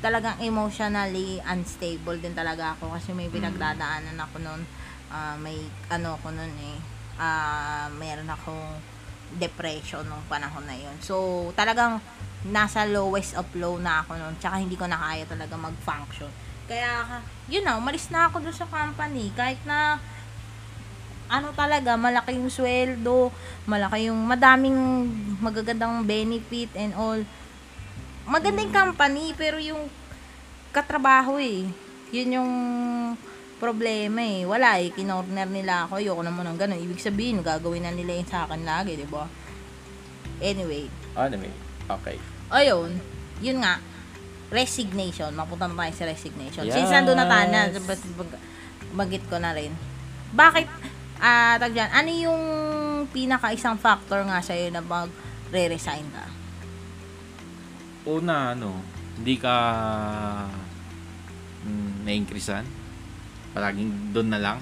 S1: Talagang emotionally unstable din talaga ako kasi may pinagdadaanan ako noon. Ah, may ano ko noon eh. Ah, meron akong depression nung panahon na yun. So, talagang nasa lowest of low na ako noon. Tsaka hindi ko na kaya talaga mag-function. Kaya, yun na, umalis na ako doon sa company. Kahit na ano talaga, malaki yung sweldo, malaki yung madaming magagandang benefit and all. Maganda yung company, pero yung katrabaho eh. Yun yung problema eh. Wala eh, kinorner nila ako. Ayoko naman ng ganun. Ibig sabihin, gagawin na nila yun sa akin lagi, di ba? Anyway,
S2: Ah, Anyway. Okay.
S1: ayun, yun nga, resignation. Mapunta na tayo sa resignation. Since
S2: Yes.
S1: nandun na tayo, na, bas- bag- bagit ko na rin. Bakit, ah, tag dyan, ano yung pinaka isang factor nga sa'yo na mag re-resign ka?
S2: Una, ano, hindi ka mm, na-increasean. Palaging doon na lang.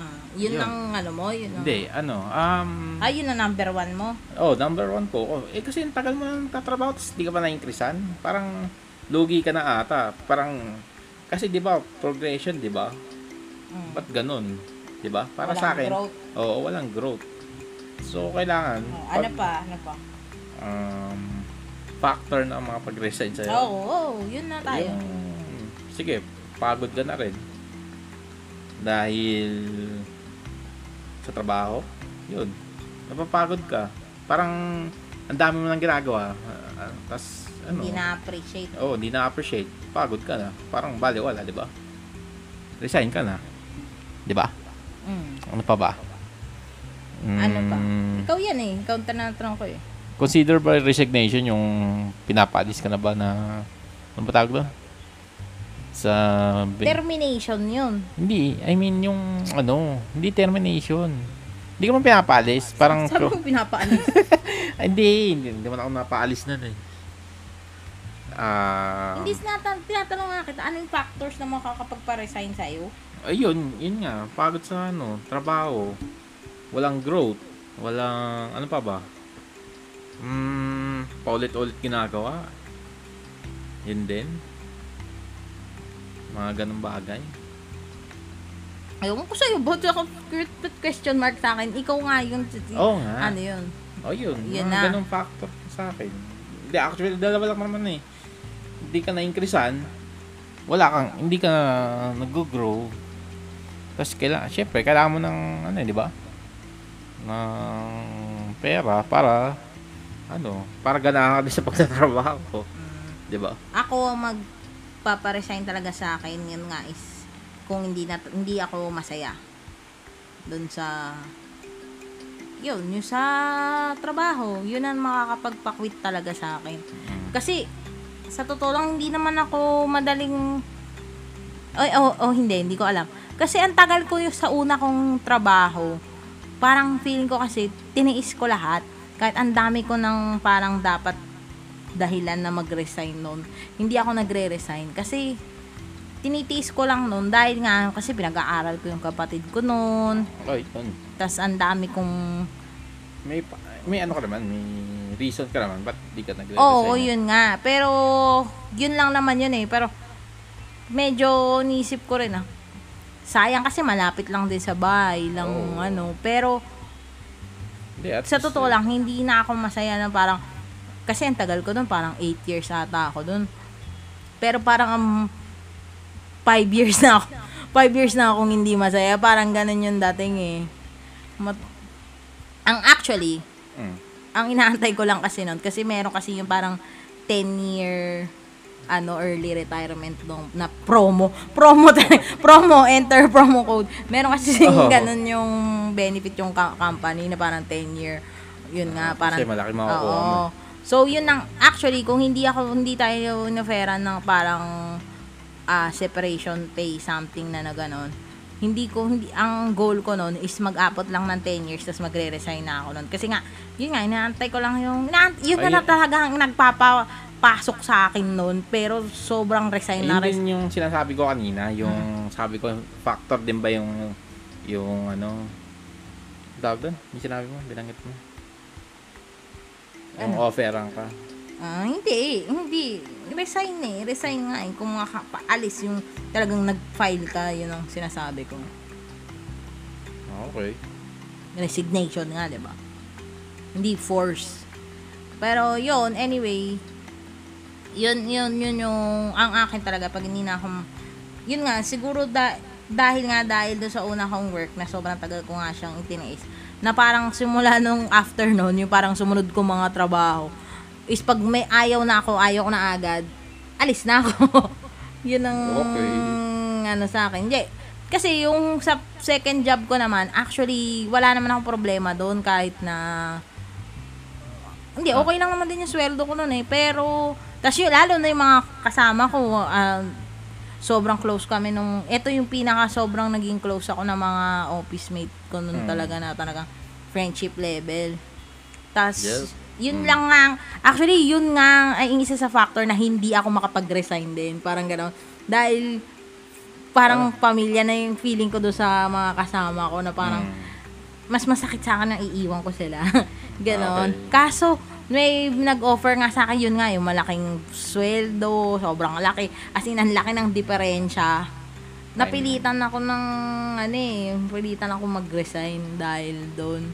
S1: Ah, yun,
S2: Yun.
S1: ang ano mo, yun ang...
S2: Hindi, ano, um,
S1: Ay, Ah, yun ang number one mo.
S2: oh, number one ko. Oh, eh, kasi ang tagal mo nang tatrabaho, tapos hindi ka pa na-increasean. Parang, lugi ka na ata. Parang, kasi di ba, progression, di ba?
S1: Mm.
S2: Ba't ganun? Di ba? Para
S1: Walang
S2: sa akin.
S1: growth.
S2: Oo, walang growth. So, kailangan,
S1: Oh,
S2: pag-
S1: ano pa? Ano pa?
S2: um, factor na ang mga pag-resign sa'yo.
S1: Oo, oh, yun na tayo.
S2: Yung, sige, pagod ka na rin. Dahil sa trabaho, yun. Napapagod ka. Parang ang dami mo nang ginagawa. Tapos, ano?
S1: Hindi na-appreciate.
S2: Oo, hindi na-appreciate. Pagod ka na. Parang bali wala, di ba? Resign ka na. Di ba?
S1: Mm.
S2: Ano pa ba?
S1: Ano pa?
S2: Mm,
S1: Ikaw yan eh. Ikaw ang tanatanong ko eh.
S2: Consider ba resignation yung pinapaalis ka na ba na ano ba tawag doon? Sa bin-
S1: Termination yun.
S2: hindi, I mean yung ano, hindi termination. Hindi ka man pinapaalis, parang
S1: Sabi mo pinapaalis.
S2: Ay, hindi, hindi, hindi man ako napaalis na eh. Ah,
S1: Hindi sinatan- tinatanong nga kita, ano yung factors na makakapagpa-resign sa'yo?
S2: ayun, yun nga, pagod sa ano, trabaho, walang growth, walang, ano pa ba? Hmm, paulit-ulit ginagawa. Yun din. Mga ganun bagay.
S1: Ayun ko sa'yo, ba't ako ba't question mark sa akin? Ikaw nga yung,
S2: Oo nga.
S1: ano yun?
S2: Oh, yun.
S1: Yun na.
S2: mga ganung factor sa akin. Hindi, actually, dalawa lang naman eh. Hindi ka na-increasean, wala kang, hindi ka nag-grow. Tapos, kailangan, syempre, kailangan mo ng, ano, eh, di ba? Ng pera para, ano, para ganahan ka din sa pagtatrabaho.
S1: Mm.
S2: Di ba?
S1: Ako, magpaparesign talaga sa akin, yun nga is, kung hindi, na, hindi ako masaya. Doon sa, yun, yung sa trabaho, yun ang makakapagpakwit talaga sa akin. Kasi, sa totoo lang, hindi naman ako madaling... Ay, oh, oh, hindi, hindi ko alam. Kasi ang tagal ko yung sa una kong trabaho, parang feeling ko kasi, tiniis ko lahat. Kahit ang dami ko ng parang dapat dahilan na mag-resign noon. Hindi ako nagre-resign kasi tinitiis ko lang noon dahil nga kasi pinag-aaral ko yung kapatid ko noon.
S2: Okay, yun.
S1: Tapos ang dami kong
S2: May, pa- may ano ka naman, may reason ka naman, ba't di ka nag-resign?
S1: Oo, yun nga. Pero, yun lang naman yun eh. Pero, medyo niisip ko rin ah. Sayang kasi malapit lang din sa bahay lang
S2: Oo.
S1: ano. Pero
S2: Hindi, at
S1: sa
S2: least,
S1: totoo
S2: eh,
S1: lang, hindi na ako masaya na parang, kasi ang tagal ko doon, parang 8 years ata ako doon. Pero parang um, 5 years na ako. 5 years na akong hindi masaya. Parang ganun yung dating eh. Mat- ang actually,
S2: mm.
S1: ang inaantay ko lang kasi noon, kasi meron kasi yung parang 10-year ano early retirement nung na promo promo talaga. promo enter promo code meron kasi
S2: Oo.
S1: ganun yung benefit yung ka- company na parang 10 year yun nga parang
S2: Ah, Kasi malaki makukuha
S1: Oo.
S2: mo.
S1: so yun ang actually kung hindi ako hindi tayo nofera ng parang ah, separation pay something na na ganun hindi ko hindi ang goal ko noon is mag-apot lang ng 10 years tapos magre-resign na ako noon kasi nga yun nga inaantay ko lang yung ina, yun na
S2: Ay.
S1: lang talaga ang nagpapapasok sa akin noon pero sobrang resign na
S2: Ayun
S1: rin
S2: din yung sinasabi ko kanina, yung sabi ko, factor din ba yung, yung ano, tawag doon, yung sinabi mo, binanggit mo. Yung
S1: Ano?
S2: offeran ka.
S1: Ah, hindi, hindi. Resign eh. Resign nga eh. Kung makapaalis yung talagang nag-file ka, yun ang sinasabi ko.
S2: Ah, Okay.
S1: Resignation nga, di ba? Hindi force. Pero yun, anyway, yun, yun, yun yung, ang akin talaga, pag hindi na akong, yun nga, siguro da, dahil nga, dahil do sa una kong work, na sobrang tagal ko nga siyang itiniis, na parang simula nung afternoon, yung parang sumunod ko mga trabaho, is pag may ayaw na ako, ayaw ko na agad, alis na ako. yun ang,
S2: Okay.
S1: ano sa akin. Hindi, kasi yung sa second job ko naman, actually, wala naman akong problema doon kahit na hindi, okay lang naman din yung sweldo ko noon eh. Pero, tas yun, lalo na yung mga kasama ko, ah, sobrang close kami nung, eto yung pinaka sobrang naging close ako ng mga office mate ko noon
S2: Mm.
S1: talaga na talagang friendship level. Tas,
S2: Yes.
S1: yun
S2: Mm.
S1: lang nga, ang- actually, yun nga ang- ay isa sa factor na hindi ako makapag-resign din. Parang gano'n. Dahil, parang pamilya na yung feeling ko doon sa mga kasama ko na parang,
S2: Mm.
S1: mas masakit sa akin ang iiwan ko sila. Ganon.
S2: Ah, Okay.
S1: Kaso, may nag-offer nga sa akin yun nga, yung malaking sweldo, sobrang laki. As in, ang laki ng diferensya. Napilitan ako ng, ano eh, napilitan ako mag-resign dahil doon.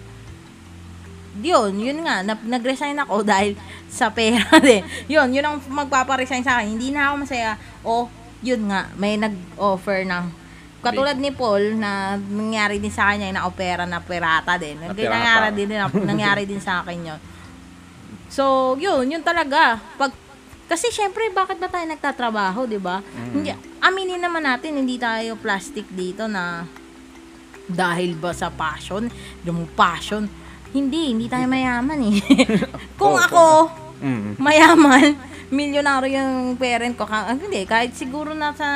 S1: Yun, yun nga, nap- nag-resign ako dahil sa pera din. Yun, yun ang magpaparesign sa akin. Hindi na ako masaya. O, yun nga, may nag-offer ng Katulad ni Paul na nangyari din sa kanya na opera na pirata din.
S2: Na pirata.
S1: Nangyari din nangyari din sa akin 'yon. So, yun, yun talaga. Pag kasi syempre bakit ba tayo nagtatrabaho, 'di ba? Hindi aminin naman natin hindi tayo plastic dito na dahil ba sa passion, yung passion. Hindi, hindi tayo mayaman eh. Kung
S2: Oo,
S1: ako,
S2: Mm.
S1: mayaman, milyonaryo yung parent ko. Ka- ah, hindi, kahit siguro nasa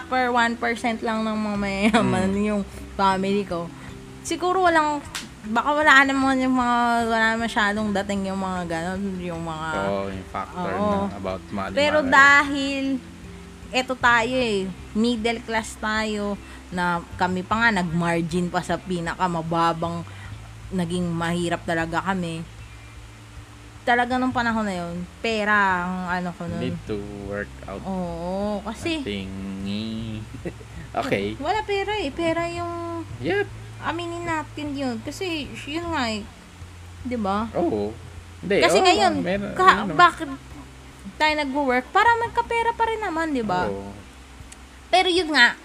S1: upper 1% lang ng mga mayaman yung family ko. Siguro walang, baka wala naman yung mga, wala masyadong dating yung mga ganon, yung mga...
S2: Oo, yung factor
S1: Oo.
S2: na about mali.
S1: Pero dahil eto tayo eh, middle class tayo na kami pa nga nag-margin pa sa pinakamababang naging mahirap talaga kami. Talaga nung panahon na yun, pera ang ano ko nun.
S2: Need to work
S1: Oh,
S2: out
S1: Oo, kasi
S2: thingy. okay.
S1: wala pera eh. Pera yung
S2: Yep.
S1: aminin natin yun. Kasi yun nga eh. 'Di ba?
S2: Oo. Hindi,
S1: Kasi
S2: Eh, oo,
S1: ngayon,
S2: meron-
S1: ka-
S2: meron naman.
S1: bakit tayo nag-work? Para magkapera pa rin naman, di ba?
S2: Oo.
S1: Pero yun nga,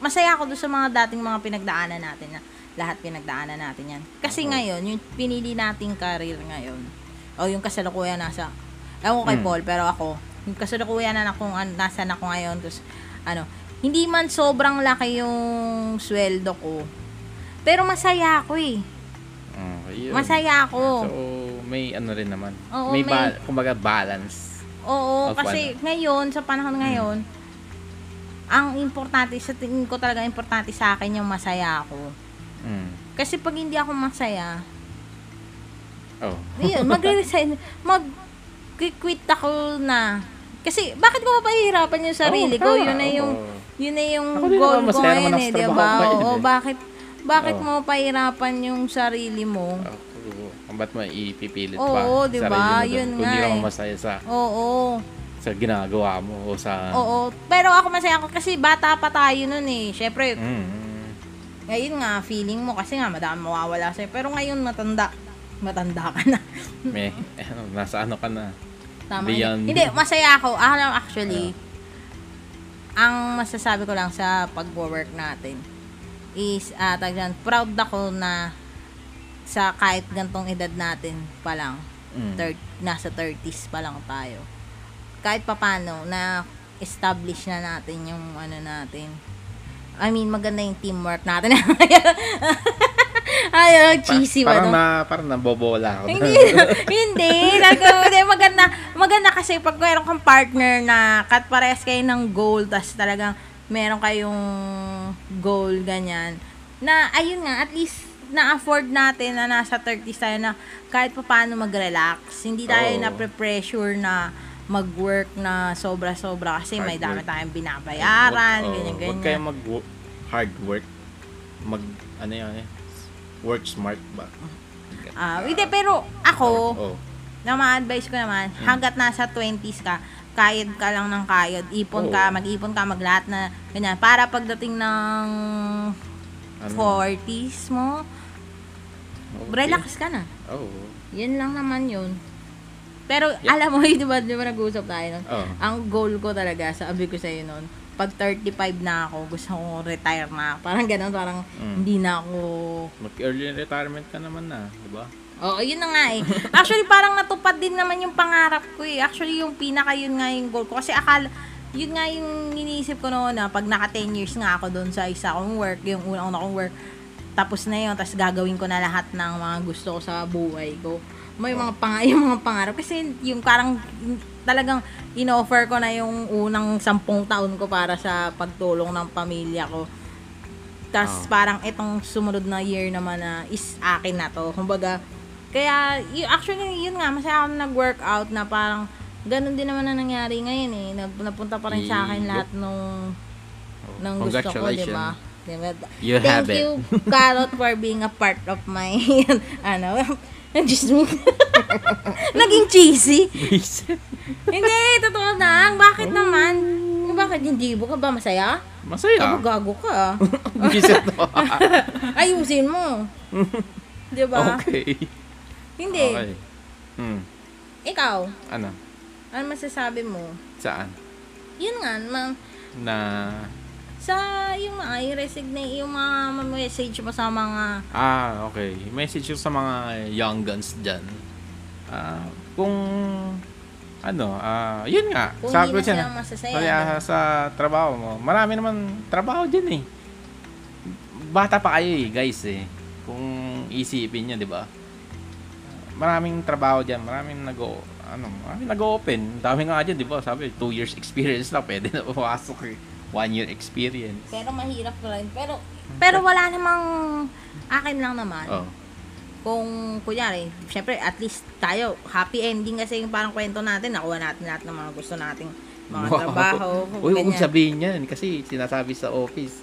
S1: masaya ako doon sa mga dating mga pinagdaanan natin na lahat pinagdaanan natin yan. Kasi
S2: Oo.
S1: ngayon, yung pinili nating career ngayon, o yung kasalukuyan nasa, ewan ko kay
S2: Mm.
S1: Paul, pero ako, yung kasalukuyan na akong, an- nasa na ako ngayon, tapos, ano, hindi man sobrang laki yung sweldo ko, pero masaya ako eh.
S2: Okay, Ah, yun. Ah,
S1: Masaya ako.
S2: So, may ano rin naman.
S1: Oo,
S2: may,
S1: may-
S2: ba- kumbaga balance.
S1: Oo,
S2: Of ano? Hmm.
S1: kasi ngayon, sa panahon ngayon, ang importante, sa tingin ko talaga importante sa akin yung masaya ako.
S2: Mm.
S1: Kasi pag hindi ako masaya,
S2: Oh.
S1: yun, magre-resign, mag-quit ako na. Kasi, bakit ko papahirapan yung sarili
S2: Oo,
S1: ko?
S2: tama,
S1: Yun na yung,
S2: oo.
S1: yun na yung
S2: Ako din
S1: goal
S2: naman,
S1: ko
S2: masaya naman
S1: ngayon
S2: ako
S1: eh,
S2: sa
S1: di
S2: trabaho
S1: ba?
S2: ngayon
S1: Oo,
S2: eh.
S1: bakit, bakit
S2: Oo. Ah.
S1: mo papahirapan yung sarili mo?
S2: Ako, ba't mo ipipilit pa
S1: Oo,
S2: sa
S1: di
S2: sarili
S1: ba?
S2: mo doon
S1: Yun
S2: kung
S1: nga
S2: di ka
S1: eh.
S2: masaya sa
S1: Oo.
S2: sa ginagawa mo o sa...
S1: Oo, pero ako masaya ako kasi bata pa tayo nun eh. Syempre,
S2: Mm.
S1: ngayon nga feeling mo kasi nga madami mawawala sa'yo. Pero ngayon matanda, matanda ka na.
S2: May, ano, nasa ano ka na.
S1: Tama.
S2: Beyond-
S1: Hindi, masaya ako. Ako lang actually, ang masasabi ko lang sa pag-work natin is, ah, tawag dyan, proud ako na sa kahit gantong edad natin pa lang,
S2: Mm.
S1: thir- nasa 30s pa lang tayo. Kahit papano na establish na natin yung ano natin. I mean, maganda yung teamwork natin. Ay, oh,
S2: Pa-
S1: cheesy ba?
S2: parang
S1: no?
S2: na, parang nabobola ako.
S1: hindi, hindi. Nag- hindi, maganda, maganda kasi pag meron kang partner na kat parehas kayo ng goal, tas talagang meron kayong goal, ganyan. Na, ayun nga, at least na-afford natin na nasa 30s tayo na kahit pa paano mag-relax. Hindi tayo
S2: Oo.
S1: na-pressure na mag-work na sobra-sobra kasi may
S2: Hard
S1: dami
S2: work.
S1: tayong binabayaran,
S2: Huwag- oo,
S1: ganyan-ganyan.
S2: Huwag kayong mag hard work. Mag, ano yan eh, work smart ba?
S1: Ah, hindi, pero ako,
S2: Oo.
S1: na ma-advise ko naman,
S2: Hmm.
S1: hanggat nasa 20s ka, kayod ka lang ng kayod, ipon
S2: Oo.
S1: ka, mag-ipon ka, maglahat na, ganyan. Para pagdating ng
S2: Ano?
S1: 40s mo,
S2: Okay.
S1: relax ka na.
S2: Oo.
S1: Yun lang naman yun. Pero
S2: Yeah.
S1: alam mo, di ba, di ba nag-usap tayo nun?
S2: Oo.
S1: Ang goal ko talaga, sabi ko sa'yo nun, pag 35 na ako, gusto ko retire na. Parang ganun, parang
S2: Mm.
S1: hindi na ako
S2: Mag-early retirement ka naman na, di ba?
S1: Oo, yun na nga eh. Actually, parang natupad din naman yung pangarap ko eh. Actually, yung pinaka yun nga yung goal ko. Kasi akala, yun nga yung iniisip ko noon na pag naka 10 years nga ako doon sa isa kong work, yung unang una kong work, tapos na yun, tapos gagawin ko na lahat ng mga gusto ko sa buhay ko. May mga pang yung mga pangarap kasi yung parang talagang inoffer ko na yung unang sampung taon ko para sa pagtulong ng pamilya ko. Tapos
S2: Oo.
S1: parang itong sumunod na year naman na is akin na to. Kumbaga, kaya y- actually yun nga, masaya ako na nag-workout na parang ganun din naman na nangyari ngayon eh. Nag- napunta pa rin sa akin
S2: Yup.
S1: lahat nung, nung gusto ko, di
S2: Congratulations.
S1: ba? Diba?
S2: You
S1: Thank
S2: have it.
S1: you, Carrot, for being a part of my, ano, just Naging cheesy. hindi, totoo lang. Bakit
S2: Oh.
S1: naman? Bakit hindi? Buka ba masaya?
S2: Masaya.
S1: Ikaw gago ka ah.
S2: Gisip to.
S1: Ayusin mo. Di ba?
S2: okay.
S1: Hindi.
S2: Okay. Hmm.
S1: Ikaw,
S2: Ano?
S1: ano masasabi mo?
S2: Saan?
S1: Yun nga, ma-
S2: Na...
S1: sa yung mga yung resignate, yung mga message mo sa mga
S2: Ah, okay. Message ko sa mga young guns dyan. Ah, kung... Ano, ah, yun nga.
S1: kung
S2: Sabi ko ah.
S1: hindi na
S2: dyan,
S1: sila masasaya.
S2: Kaya sa trabaho mo, marami naman trabaho dyan eh. Bata pa kayo eh, guys eh. Kung isipin nyo, di ba? Maraming trabaho dyan, maraming nag ano, maraming nag-open. Dami nga dyan, di ba? Sabi, two years experience na, pwede na pumasok eh. One year experience.
S1: pero mahirap pa rin. Pero, pero wala namang akin lang naman.
S2: Oh.
S1: Kung, kunyari, syempre, at least tayo, happy ending kasi yung parang kwento natin, nakuha natin lahat ng mga gusto nating mga
S2: Wow.
S1: trabaho. kung
S2: Uy, huwag
S1: ganyan.
S2: sabihin yan kasi sinasabi sa office.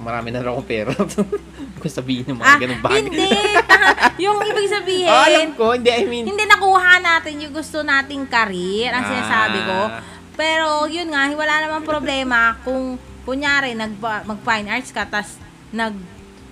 S2: Marami na raw akong pera. Kung sabihin ng mga ganung bagay.
S1: Ah, Hindi. eh. Tama. yung ibig sabihin,
S2: Ah, alam ko, hindi, I mean,
S1: hindi nakuha natin yung gusto nating career, ang sinasabi ko.
S2: Ah.
S1: Pero yun nga, wala namang problema kung kunyari nagba, mag fine arts ka tas nag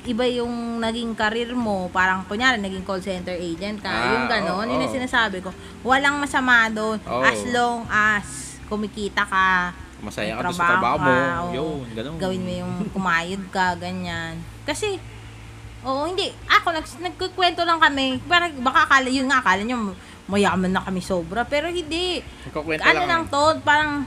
S1: iba yung naging career mo, parang kunyari naging call center agent ka,
S2: Ah,
S1: yung ganon,
S2: oo,
S1: yun ang
S2: oo.
S1: sinasabi ko. Walang masama doon
S2: Oo.
S1: as long as kumikita ka,
S2: Masaya
S1: May
S2: ka doon sa trabaho mo.
S1: ka, oo.
S2: Yun, ganun.
S1: Gawin mo yung kumayod ka, ganyan. Kasi, oo, hindi. Ako, nag, nagkukwento lang kami. Parang, baka akala, yun nga, akala nyo, mayaman na kami sobra. Pero hindi.
S2: Nagkukwento
S1: ano
S2: lang. eh.
S1: lang to, parang,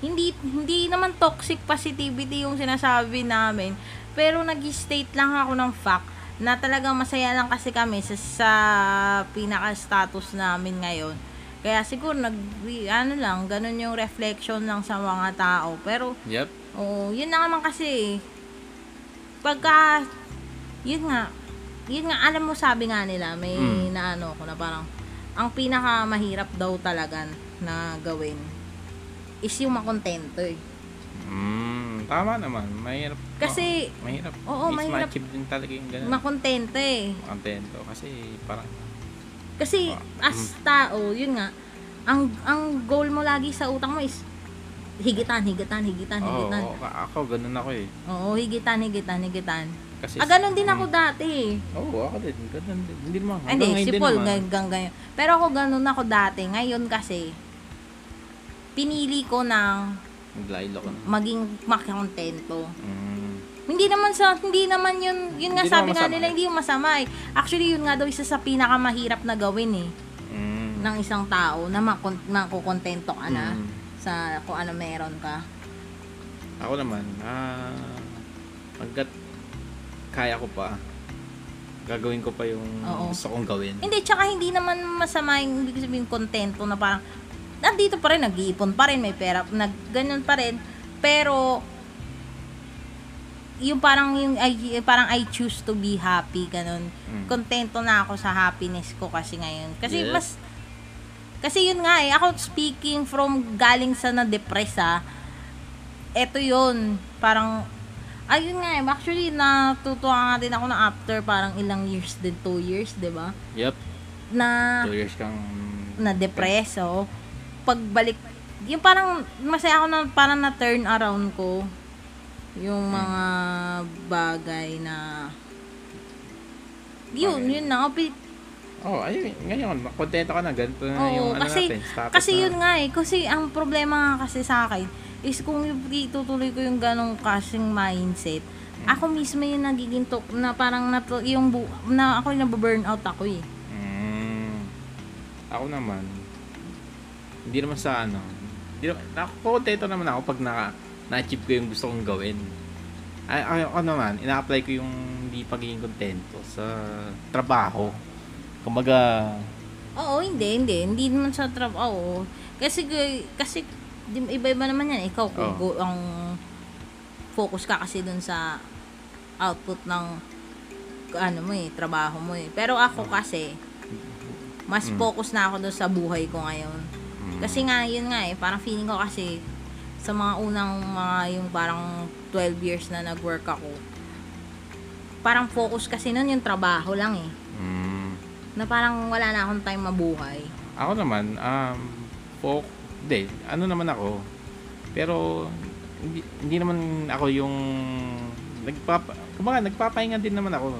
S1: hindi, hindi naman toxic positivity yung sinasabi namin. Pero nag-state lang ako ng fact na talagang masaya lang kasi kami sa, sa pinaka-status namin ngayon. Kaya siguro, nag, ano lang, ganun yung reflection lang sa mga tao. Pero,
S2: Yep.
S1: Oo, yun na naman kasi. eh. Pagka, yun nga, yun nga, alam mo sabi nga nila, may
S2: Mm.
S1: naano ko na parang, ang pinaka mahirap daw talaga na gawin is yung makontento eh.
S2: Mm, tama naman. Mahirap.
S1: Kasi,
S2: Oo, mahirap.
S1: oo,
S2: Mas
S1: mahirap.
S2: ma-achieve din talaga yung ganun.
S1: makontento eh.
S2: Contento. Kasi parang,
S1: Kasi as tao, yun nga, ang ang goal mo lagi sa utak mo is higitan, higitan, higitan,
S2: Oo,
S1: higitan.
S2: oo, a- ako ganun ako eh.
S1: Oo, higitan, higitan, higitan.
S2: Kasi, Mm.
S1: Ah, ganun din
S2: Hmm.
S1: ako dati. eh.
S2: Oo, ako din. Ganun din. Hindi
S1: Ay,
S2: naman.
S1: Hindi,
S2: hanggang
S1: si
S2: ngayon din
S1: Paul
S2: naman.
S1: hanggang ganyan. Pero ako ganun ako dati. Ngayon kasi, pinili ko ng
S2: Naglaylo ka na.
S1: maging makontento.
S2: Mm.
S1: Hindi naman sa hindi naman yun yun nga
S2: Hindi
S1: sabi
S2: naman
S1: nga
S2: masama
S1: nila
S2: eh.
S1: hindi yung masama eh. Actually yun nga daw isa sa pinakamahirap na gawin eh
S2: Mm.
S1: ng isang tao na makon- makukontento ka na
S2: Mm.
S1: sa kung ano meron ka.
S2: Ako naman, ah, hanggat kaya ko pa, gagawin ko pa yung
S1: Oo.
S2: gusto kong gawin.
S1: Hindi tsaka hindi naman masama yung ibig sabihin kontento na parang nandito pa rin nag-iipon pa rin may pera nag ganyan pa rin pero yung parang yung I, parang I choose to be happy ganun.
S2: Mm.
S1: Kontento na ako sa happiness ko kasi ngayon. Kasi
S2: Yes.
S1: mas kasi yun nga eh, ako speaking from galing sa na-depress ah, eto yun, parang, ayun nga eh, actually natutuwa nga din ako na after parang ilang years din, two years, di ba?
S2: Yep,
S1: Na,
S2: two years kang...
S1: na-depress, oh. Pagbalik, yung parang, masaya ako na parang na-turn around ko. Yung mga bagay na, yun,
S2: Bagay.
S1: yun na. oh, pi-
S2: Oh, ayun, ngayon, kontento ka na, ganito na yung
S1: Oo,
S2: ano
S1: kasi,
S2: natin, status
S1: kasi
S2: na.
S1: yun nga eh. Kasi ang problema nga kasi sa akin is kung itutuloy ko yung ganong kasing mindset,
S2: Hmm.
S1: ako mismo yung nagiging to, na parang na, yung bu- na ako yung nababurn out ako eh.
S2: Mm. Ako naman, hindi naman sa ano, hindi naman, nakukontento naman ako pag na, na-achieve ko yung gusto kong gawin. Ay, ay, ako naman, ina-apply ko yung hindi pagiging kontento sa trabaho. Kumbaga,
S1: Oo, hindi, hindi. Hindi naman sa trabaho. Oo. Kasi, gu- kasi di- iba-iba naman yan. Ikaw, kung
S2: Oo.
S1: gu- ang focus ka kasi dun sa output ng ano mo eh, trabaho mo eh. Pero ako kasi, mas
S2: Mm.
S1: focus na ako dun sa buhay ko ngayon.
S2: mm,
S1: Kasi nga, yun nga eh, parang feeling ko kasi sa mga unang mga yung parang 12 years na nag-work ako, parang focus kasi nun yung trabaho lang eh.
S2: mm,
S1: Na parang wala na akong time mabuhay.
S2: ako naman, um, folk, hindi, ano naman ako, pero, hindi, hindi naman ako yung, nagpapa, kumbaga, nagpapahinga din naman ako.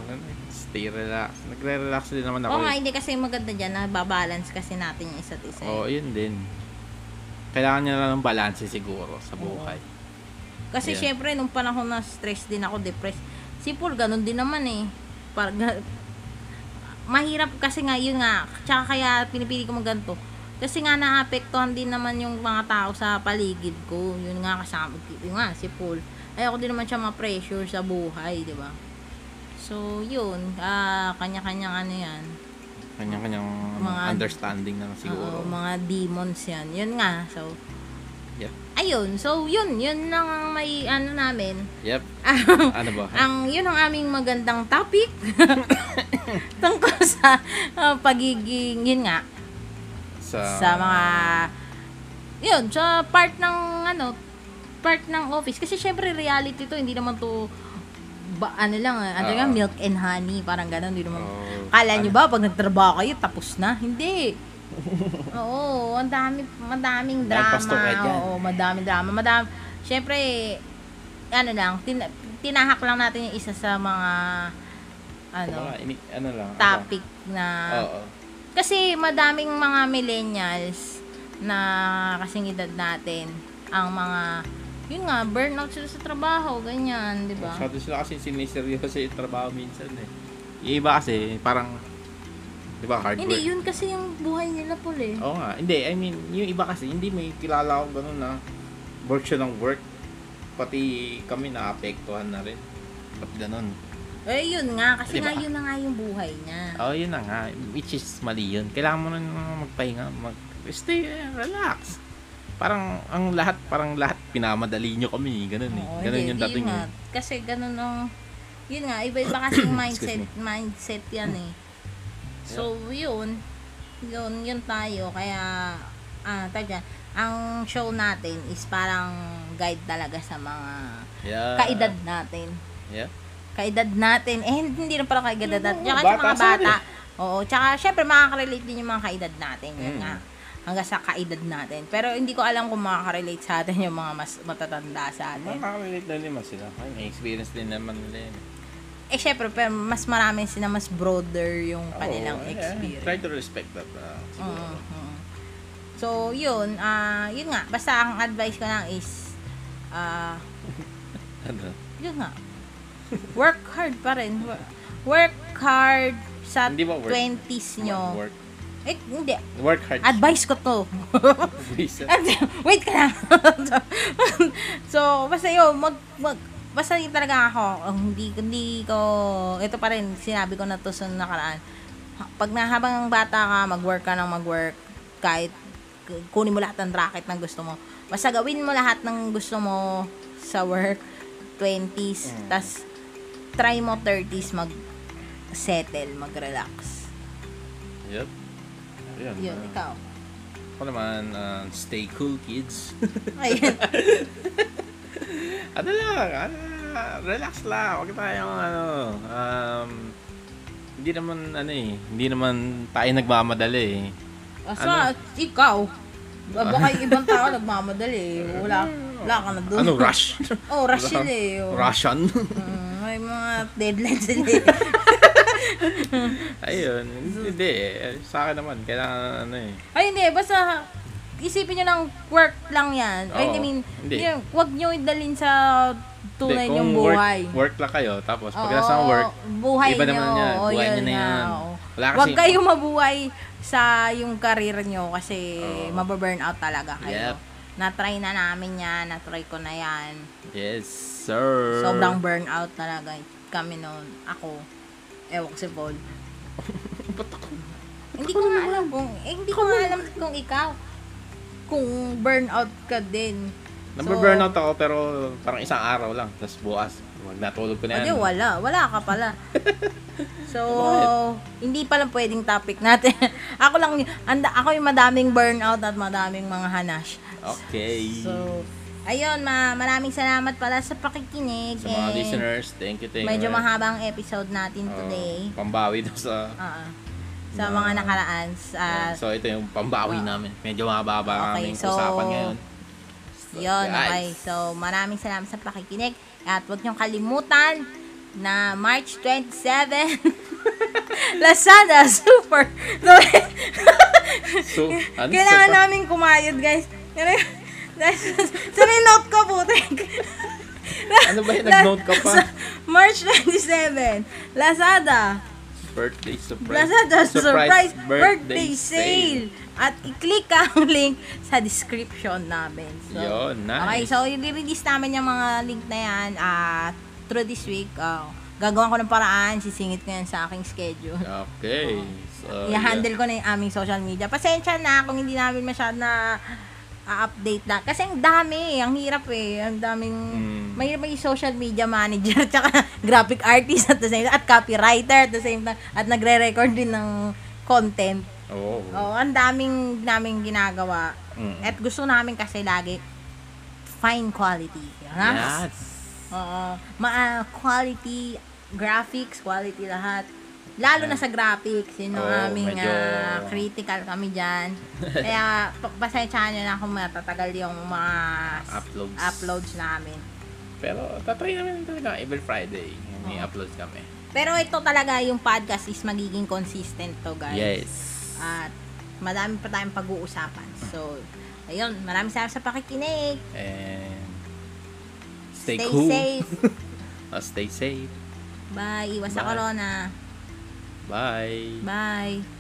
S2: Stay relax, nagre-relax din naman ako.
S1: Oo nga, hindi kasi maganda dyan na babalance kasi natin yung isa't isa. eh.
S2: Oo, yun din. Kailangan niya lang ng balanse siguro sa buhay.
S1: kasi
S2: yeah.
S1: syempre, nung panahon na stress din ako, depressed, si Paul, ganun din naman eh. Parang, mahirap kasi nga, yun nga, tsaka kaya pinipili ko mag ganito. Kasi nga naapektuhan din naman yung mga tao sa paligid ko. Yun nga kasama, yun nga si Paul. Ayoko din naman siya ma-pressure sa buhay, di ba? So, yun, ah, kanya-kanyang ano yan.
S2: Kanya-kanyang
S1: Mga-
S2: understanding na
S1: Oo,
S2: siguro.
S1: mga demons yan. Yun nga, so.
S2: Yeah.
S1: Ayun, so yun, yun lang ang may ano namin.
S2: yep. ano ba?
S1: Ang, yun ang aming magandang topic. Tungkol sa ah, pagiging, yun nga,
S2: sa,
S1: sa mga, yun, sa part ng, ano, part ng office. Kasi syempre, reality to, hindi naman to, ba, ano lang, ah, ano
S2: Oo.
S1: nga, milk and honey, parang ganun, hindi naman,
S2: Oo.
S1: Kala nyo ba, pag nagtrabaho kayo, tapos na? Hindi. Oo, ang dami, madaming
S2: Dahil
S1: drama.
S2: pasto kayo dyan.
S1: Oo, madaming drama. Madami, Siyempre, ano lang, tin- tinahak lang natin yung isa sa mga, ano,
S2: Kumbaga, ini- ano lang. ano?
S1: topic na,
S2: Oo.
S1: kasi madaming mga millennials na kasing edad natin, ang mga, yun nga, burnout sila sa trabaho, ganyan, di ba?
S2: Masyado sila kasi siniseryoso yung trabaho minsan eh. Yung iba kasi, parang, di ba, hard
S1: Hindi,
S2: work.
S1: yun kasi yung buhay nila po eh.
S2: Oo nga. Hindi, I mean, yung iba kasi, hindi may kilala ako ganun na work siya ng work. Pati kami naapektuhan na rin. Ba't ganun?
S1: Eh, yun nga. Kasi
S2: Diba?
S1: nga, yun na nga yung buhay niya.
S2: Oh, yun na nga. Which is mali yun. Kailangan mo rin magpahinga. Mag stay, eh, relax. Parang ang lahat, parang lahat pinamadali nyo kami. Ganun eh.
S1: Oo,
S2: Ganun
S1: hindi,
S2: yung
S1: di
S2: dating
S1: nga.
S2: yun.
S1: Kasi ganun ang... Yun nga, iba-iba kasi yung mindset,
S2: Excuse
S1: mindset yan eh. So, yun. Yun, yun tayo. Kaya, ah, tawag dyan, Ang show natin is parang guide talaga sa mga
S2: Yeah.
S1: kaedad natin.
S2: Yeah.
S1: Kaedad natin. Eh, hindi na pala kaedad natin. Tsaka sa
S2: Bata,
S1: mga
S2: sorry.
S1: bata. Oo, tsaka syempre makaka-relate din yung mga kaedad natin. Yun
S2: Mm.
S1: nga. hanggang sa kaedad natin. Pero hindi ko alam kung makaka-relate sa atin yung mga mas matatanda sa atin.
S2: Makakarelate na naman sila. Ay, may experience din naman nila yun.
S1: Eh, syempre, pero mas marami sila mas broader yung
S2: Oo,
S1: kanilang
S2: yeah.
S1: experience.
S2: Try to respect that. ah, siguro.
S1: Mm, mm. So, yun. ah yun nga. Basta ang advice ko lang is, ah
S2: Ano?
S1: yun nga. Work hard pa rin. Wo- Work hard sa
S2: Hindi ba work?
S1: 20s nyo.
S2: Work,
S1: Eh, hindi.
S2: work hard.
S1: Advice ko to.
S2: Visa.
S1: Wait ka lang. so, basta yun, mag, mag, basta yun talaga ako, ang hindi, hindi ko, ito pa rin, sinabi ko na to sa nakaraan. Ha- Pag na, habang bata ka, mag-work ka ng mag-work, kahit k- kunin mo lahat ng racket ng gusto mo. Basta gawin mo lahat ng gusto mo sa work, 20s,
S2: Mm.
S1: tas try mo 30s mag-settle, mag-relax.
S2: Yep. Ayun.
S1: Yun,
S2: ah.
S1: ikaw.
S2: Ako naman, ah, stay cool, kids.
S1: Ayun.
S2: ano lang, ano, relax lang. Huwag tayong ano, um, hindi naman ano eh, hindi naman tayo nagmamadali eh.
S1: Asa,
S2: Ano?
S1: ikaw. Ah, Baka yung ibang tao nagmamadali. eh. Wala, wala ka na doon.
S2: Ano, rush?
S1: Oh, rush sila eh. oh.
S2: Russian?
S1: Mm, may mga deadlines sila eh.
S2: Ayun,
S1: Mm.
S2: hindi eh. Sa akin naman, kailangan ano eh.
S1: Ay, hindi. Basta, isipin nyo ng work lang yan. Ay,
S2: Oo,
S1: I mean,
S2: hindi.
S1: yun, huwag nyo idalin sa tunay
S2: Hindi,
S1: yung
S2: kung
S1: buhay.
S2: Work, work lang kayo, tapos pag
S1: Oo,
S2: ng work,
S1: buhay
S2: iba naman
S1: nyo.
S2: yan.
S1: Oo,
S2: Buhay nyo na
S1: nga,
S2: yan.
S1: oo.
S2: Wala kasi-
S1: Huwag kayo mabuhay sa yung career nyo kasi
S2: Oo.
S1: mababurn out talaga kayo.
S2: Yep.
S1: Na-try na namin yan. Na-try ko na yan.
S2: yes sir.
S1: Sobrang burnout talaga kami noon. Ako. Ewan ko si Paul.
S2: Ba't ako?
S1: Hindi ko nga alam kung, eh, hindi ko nga alam kung ikaw. Kung burnout ka din.
S2: Nababurnout ako pero parang isang araw lang. Tapos bukas, wag natulog ko na
S1: Hindi,
S2: yan.
S1: wala. Wala ka pala. So, hindi pa lang pwedeng topic natin. ako lang, y- anda, ako yung madaming burnout at madaming mga hanash.
S2: Okay.
S1: So, ayun, ma, maraming salamat pala sa pakikinig.
S2: sa mga
S1: and
S2: listeners, thank you, thank you.
S1: eh, Medyo
S2: man.
S1: mahabang episode natin
S2: Oo,
S1: today.
S2: pambawi daw sa...
S1: Ah, ah. sa mga nakaraan. Sa,
S2: so, ito yung pambawi namin. Medyo mababa ang
S1: Ah. Okay,
S2: aming
S1: so-
S2: usapan ngayon.
S1: yun,
S2: guys.
S1: okay. So, maraming salamat sa pakikinig. At huwag niyong kalimutan na March 27, Lazada Super. So,
S2: So, ano
S1: kailangan
S2: sa...
S1: namin kumayod, guys. Sabi note ko, putik.
S2: Ano ba yun? Nag-note ka pa?
S1: Sa- March 27, Lazada.
S2: Birthday surprise.
S1: Lazada Surprise, Birthday Sale. At i-click ang link sa description namin. So,
S2: Yun, nice.
S1: Okay, so i-release namin yung mga link na yan ah, through this week. Ah, gagawa ko ng paraan, sisingit ko yan sa aking schedule.
S2: Okay. So,
S1: I-handle ko na yung aming social media. Pasensya na kung hindi namin masyado na update na. Kasi ang dami, ang hirap eh. Ang daming,
S2: Mm.
S1: may, may social media manager, tsaka graphic artist at the same time, at copywriter at the same time, at nagre-record din ng content.
S2: Yeah. Oh, Oo.
S1: Oo, ang daming naming ginagawa.
S2: Mm.
S1: At gusto namin kasi lagi fine quality. Ha?
S2: Yes.
S1: Oo. ma quality graphics, quality lahat. Lalo na sa graphics, yun ang
S2: Oo,
S1: aming
S2: medyo-
S1: ah, critical kami dyan. Kaya pa- pasensyahan nyo na kung matatagal yung mga s-
S2: Uploads.
S1: uploads namin.
S2: Pero tatry namin talaga every Friday. May
S1: Oo.
S2: upload kami.
S1: Pero ito talaga yung podcast is magiging consistent to guys.
S2: Yes.
S1: At madami pa tayong pag-uusapan. So, ayun, maraming salamat sa pakikinig.
S2: And stay,
S1: Stay
S2: cool.
S1: safe.
S2: Uh, stay safe.
S1: Bye. Iwas sa
S2: Bye.
S1: corona.
S2: Bye.
S1: Bye.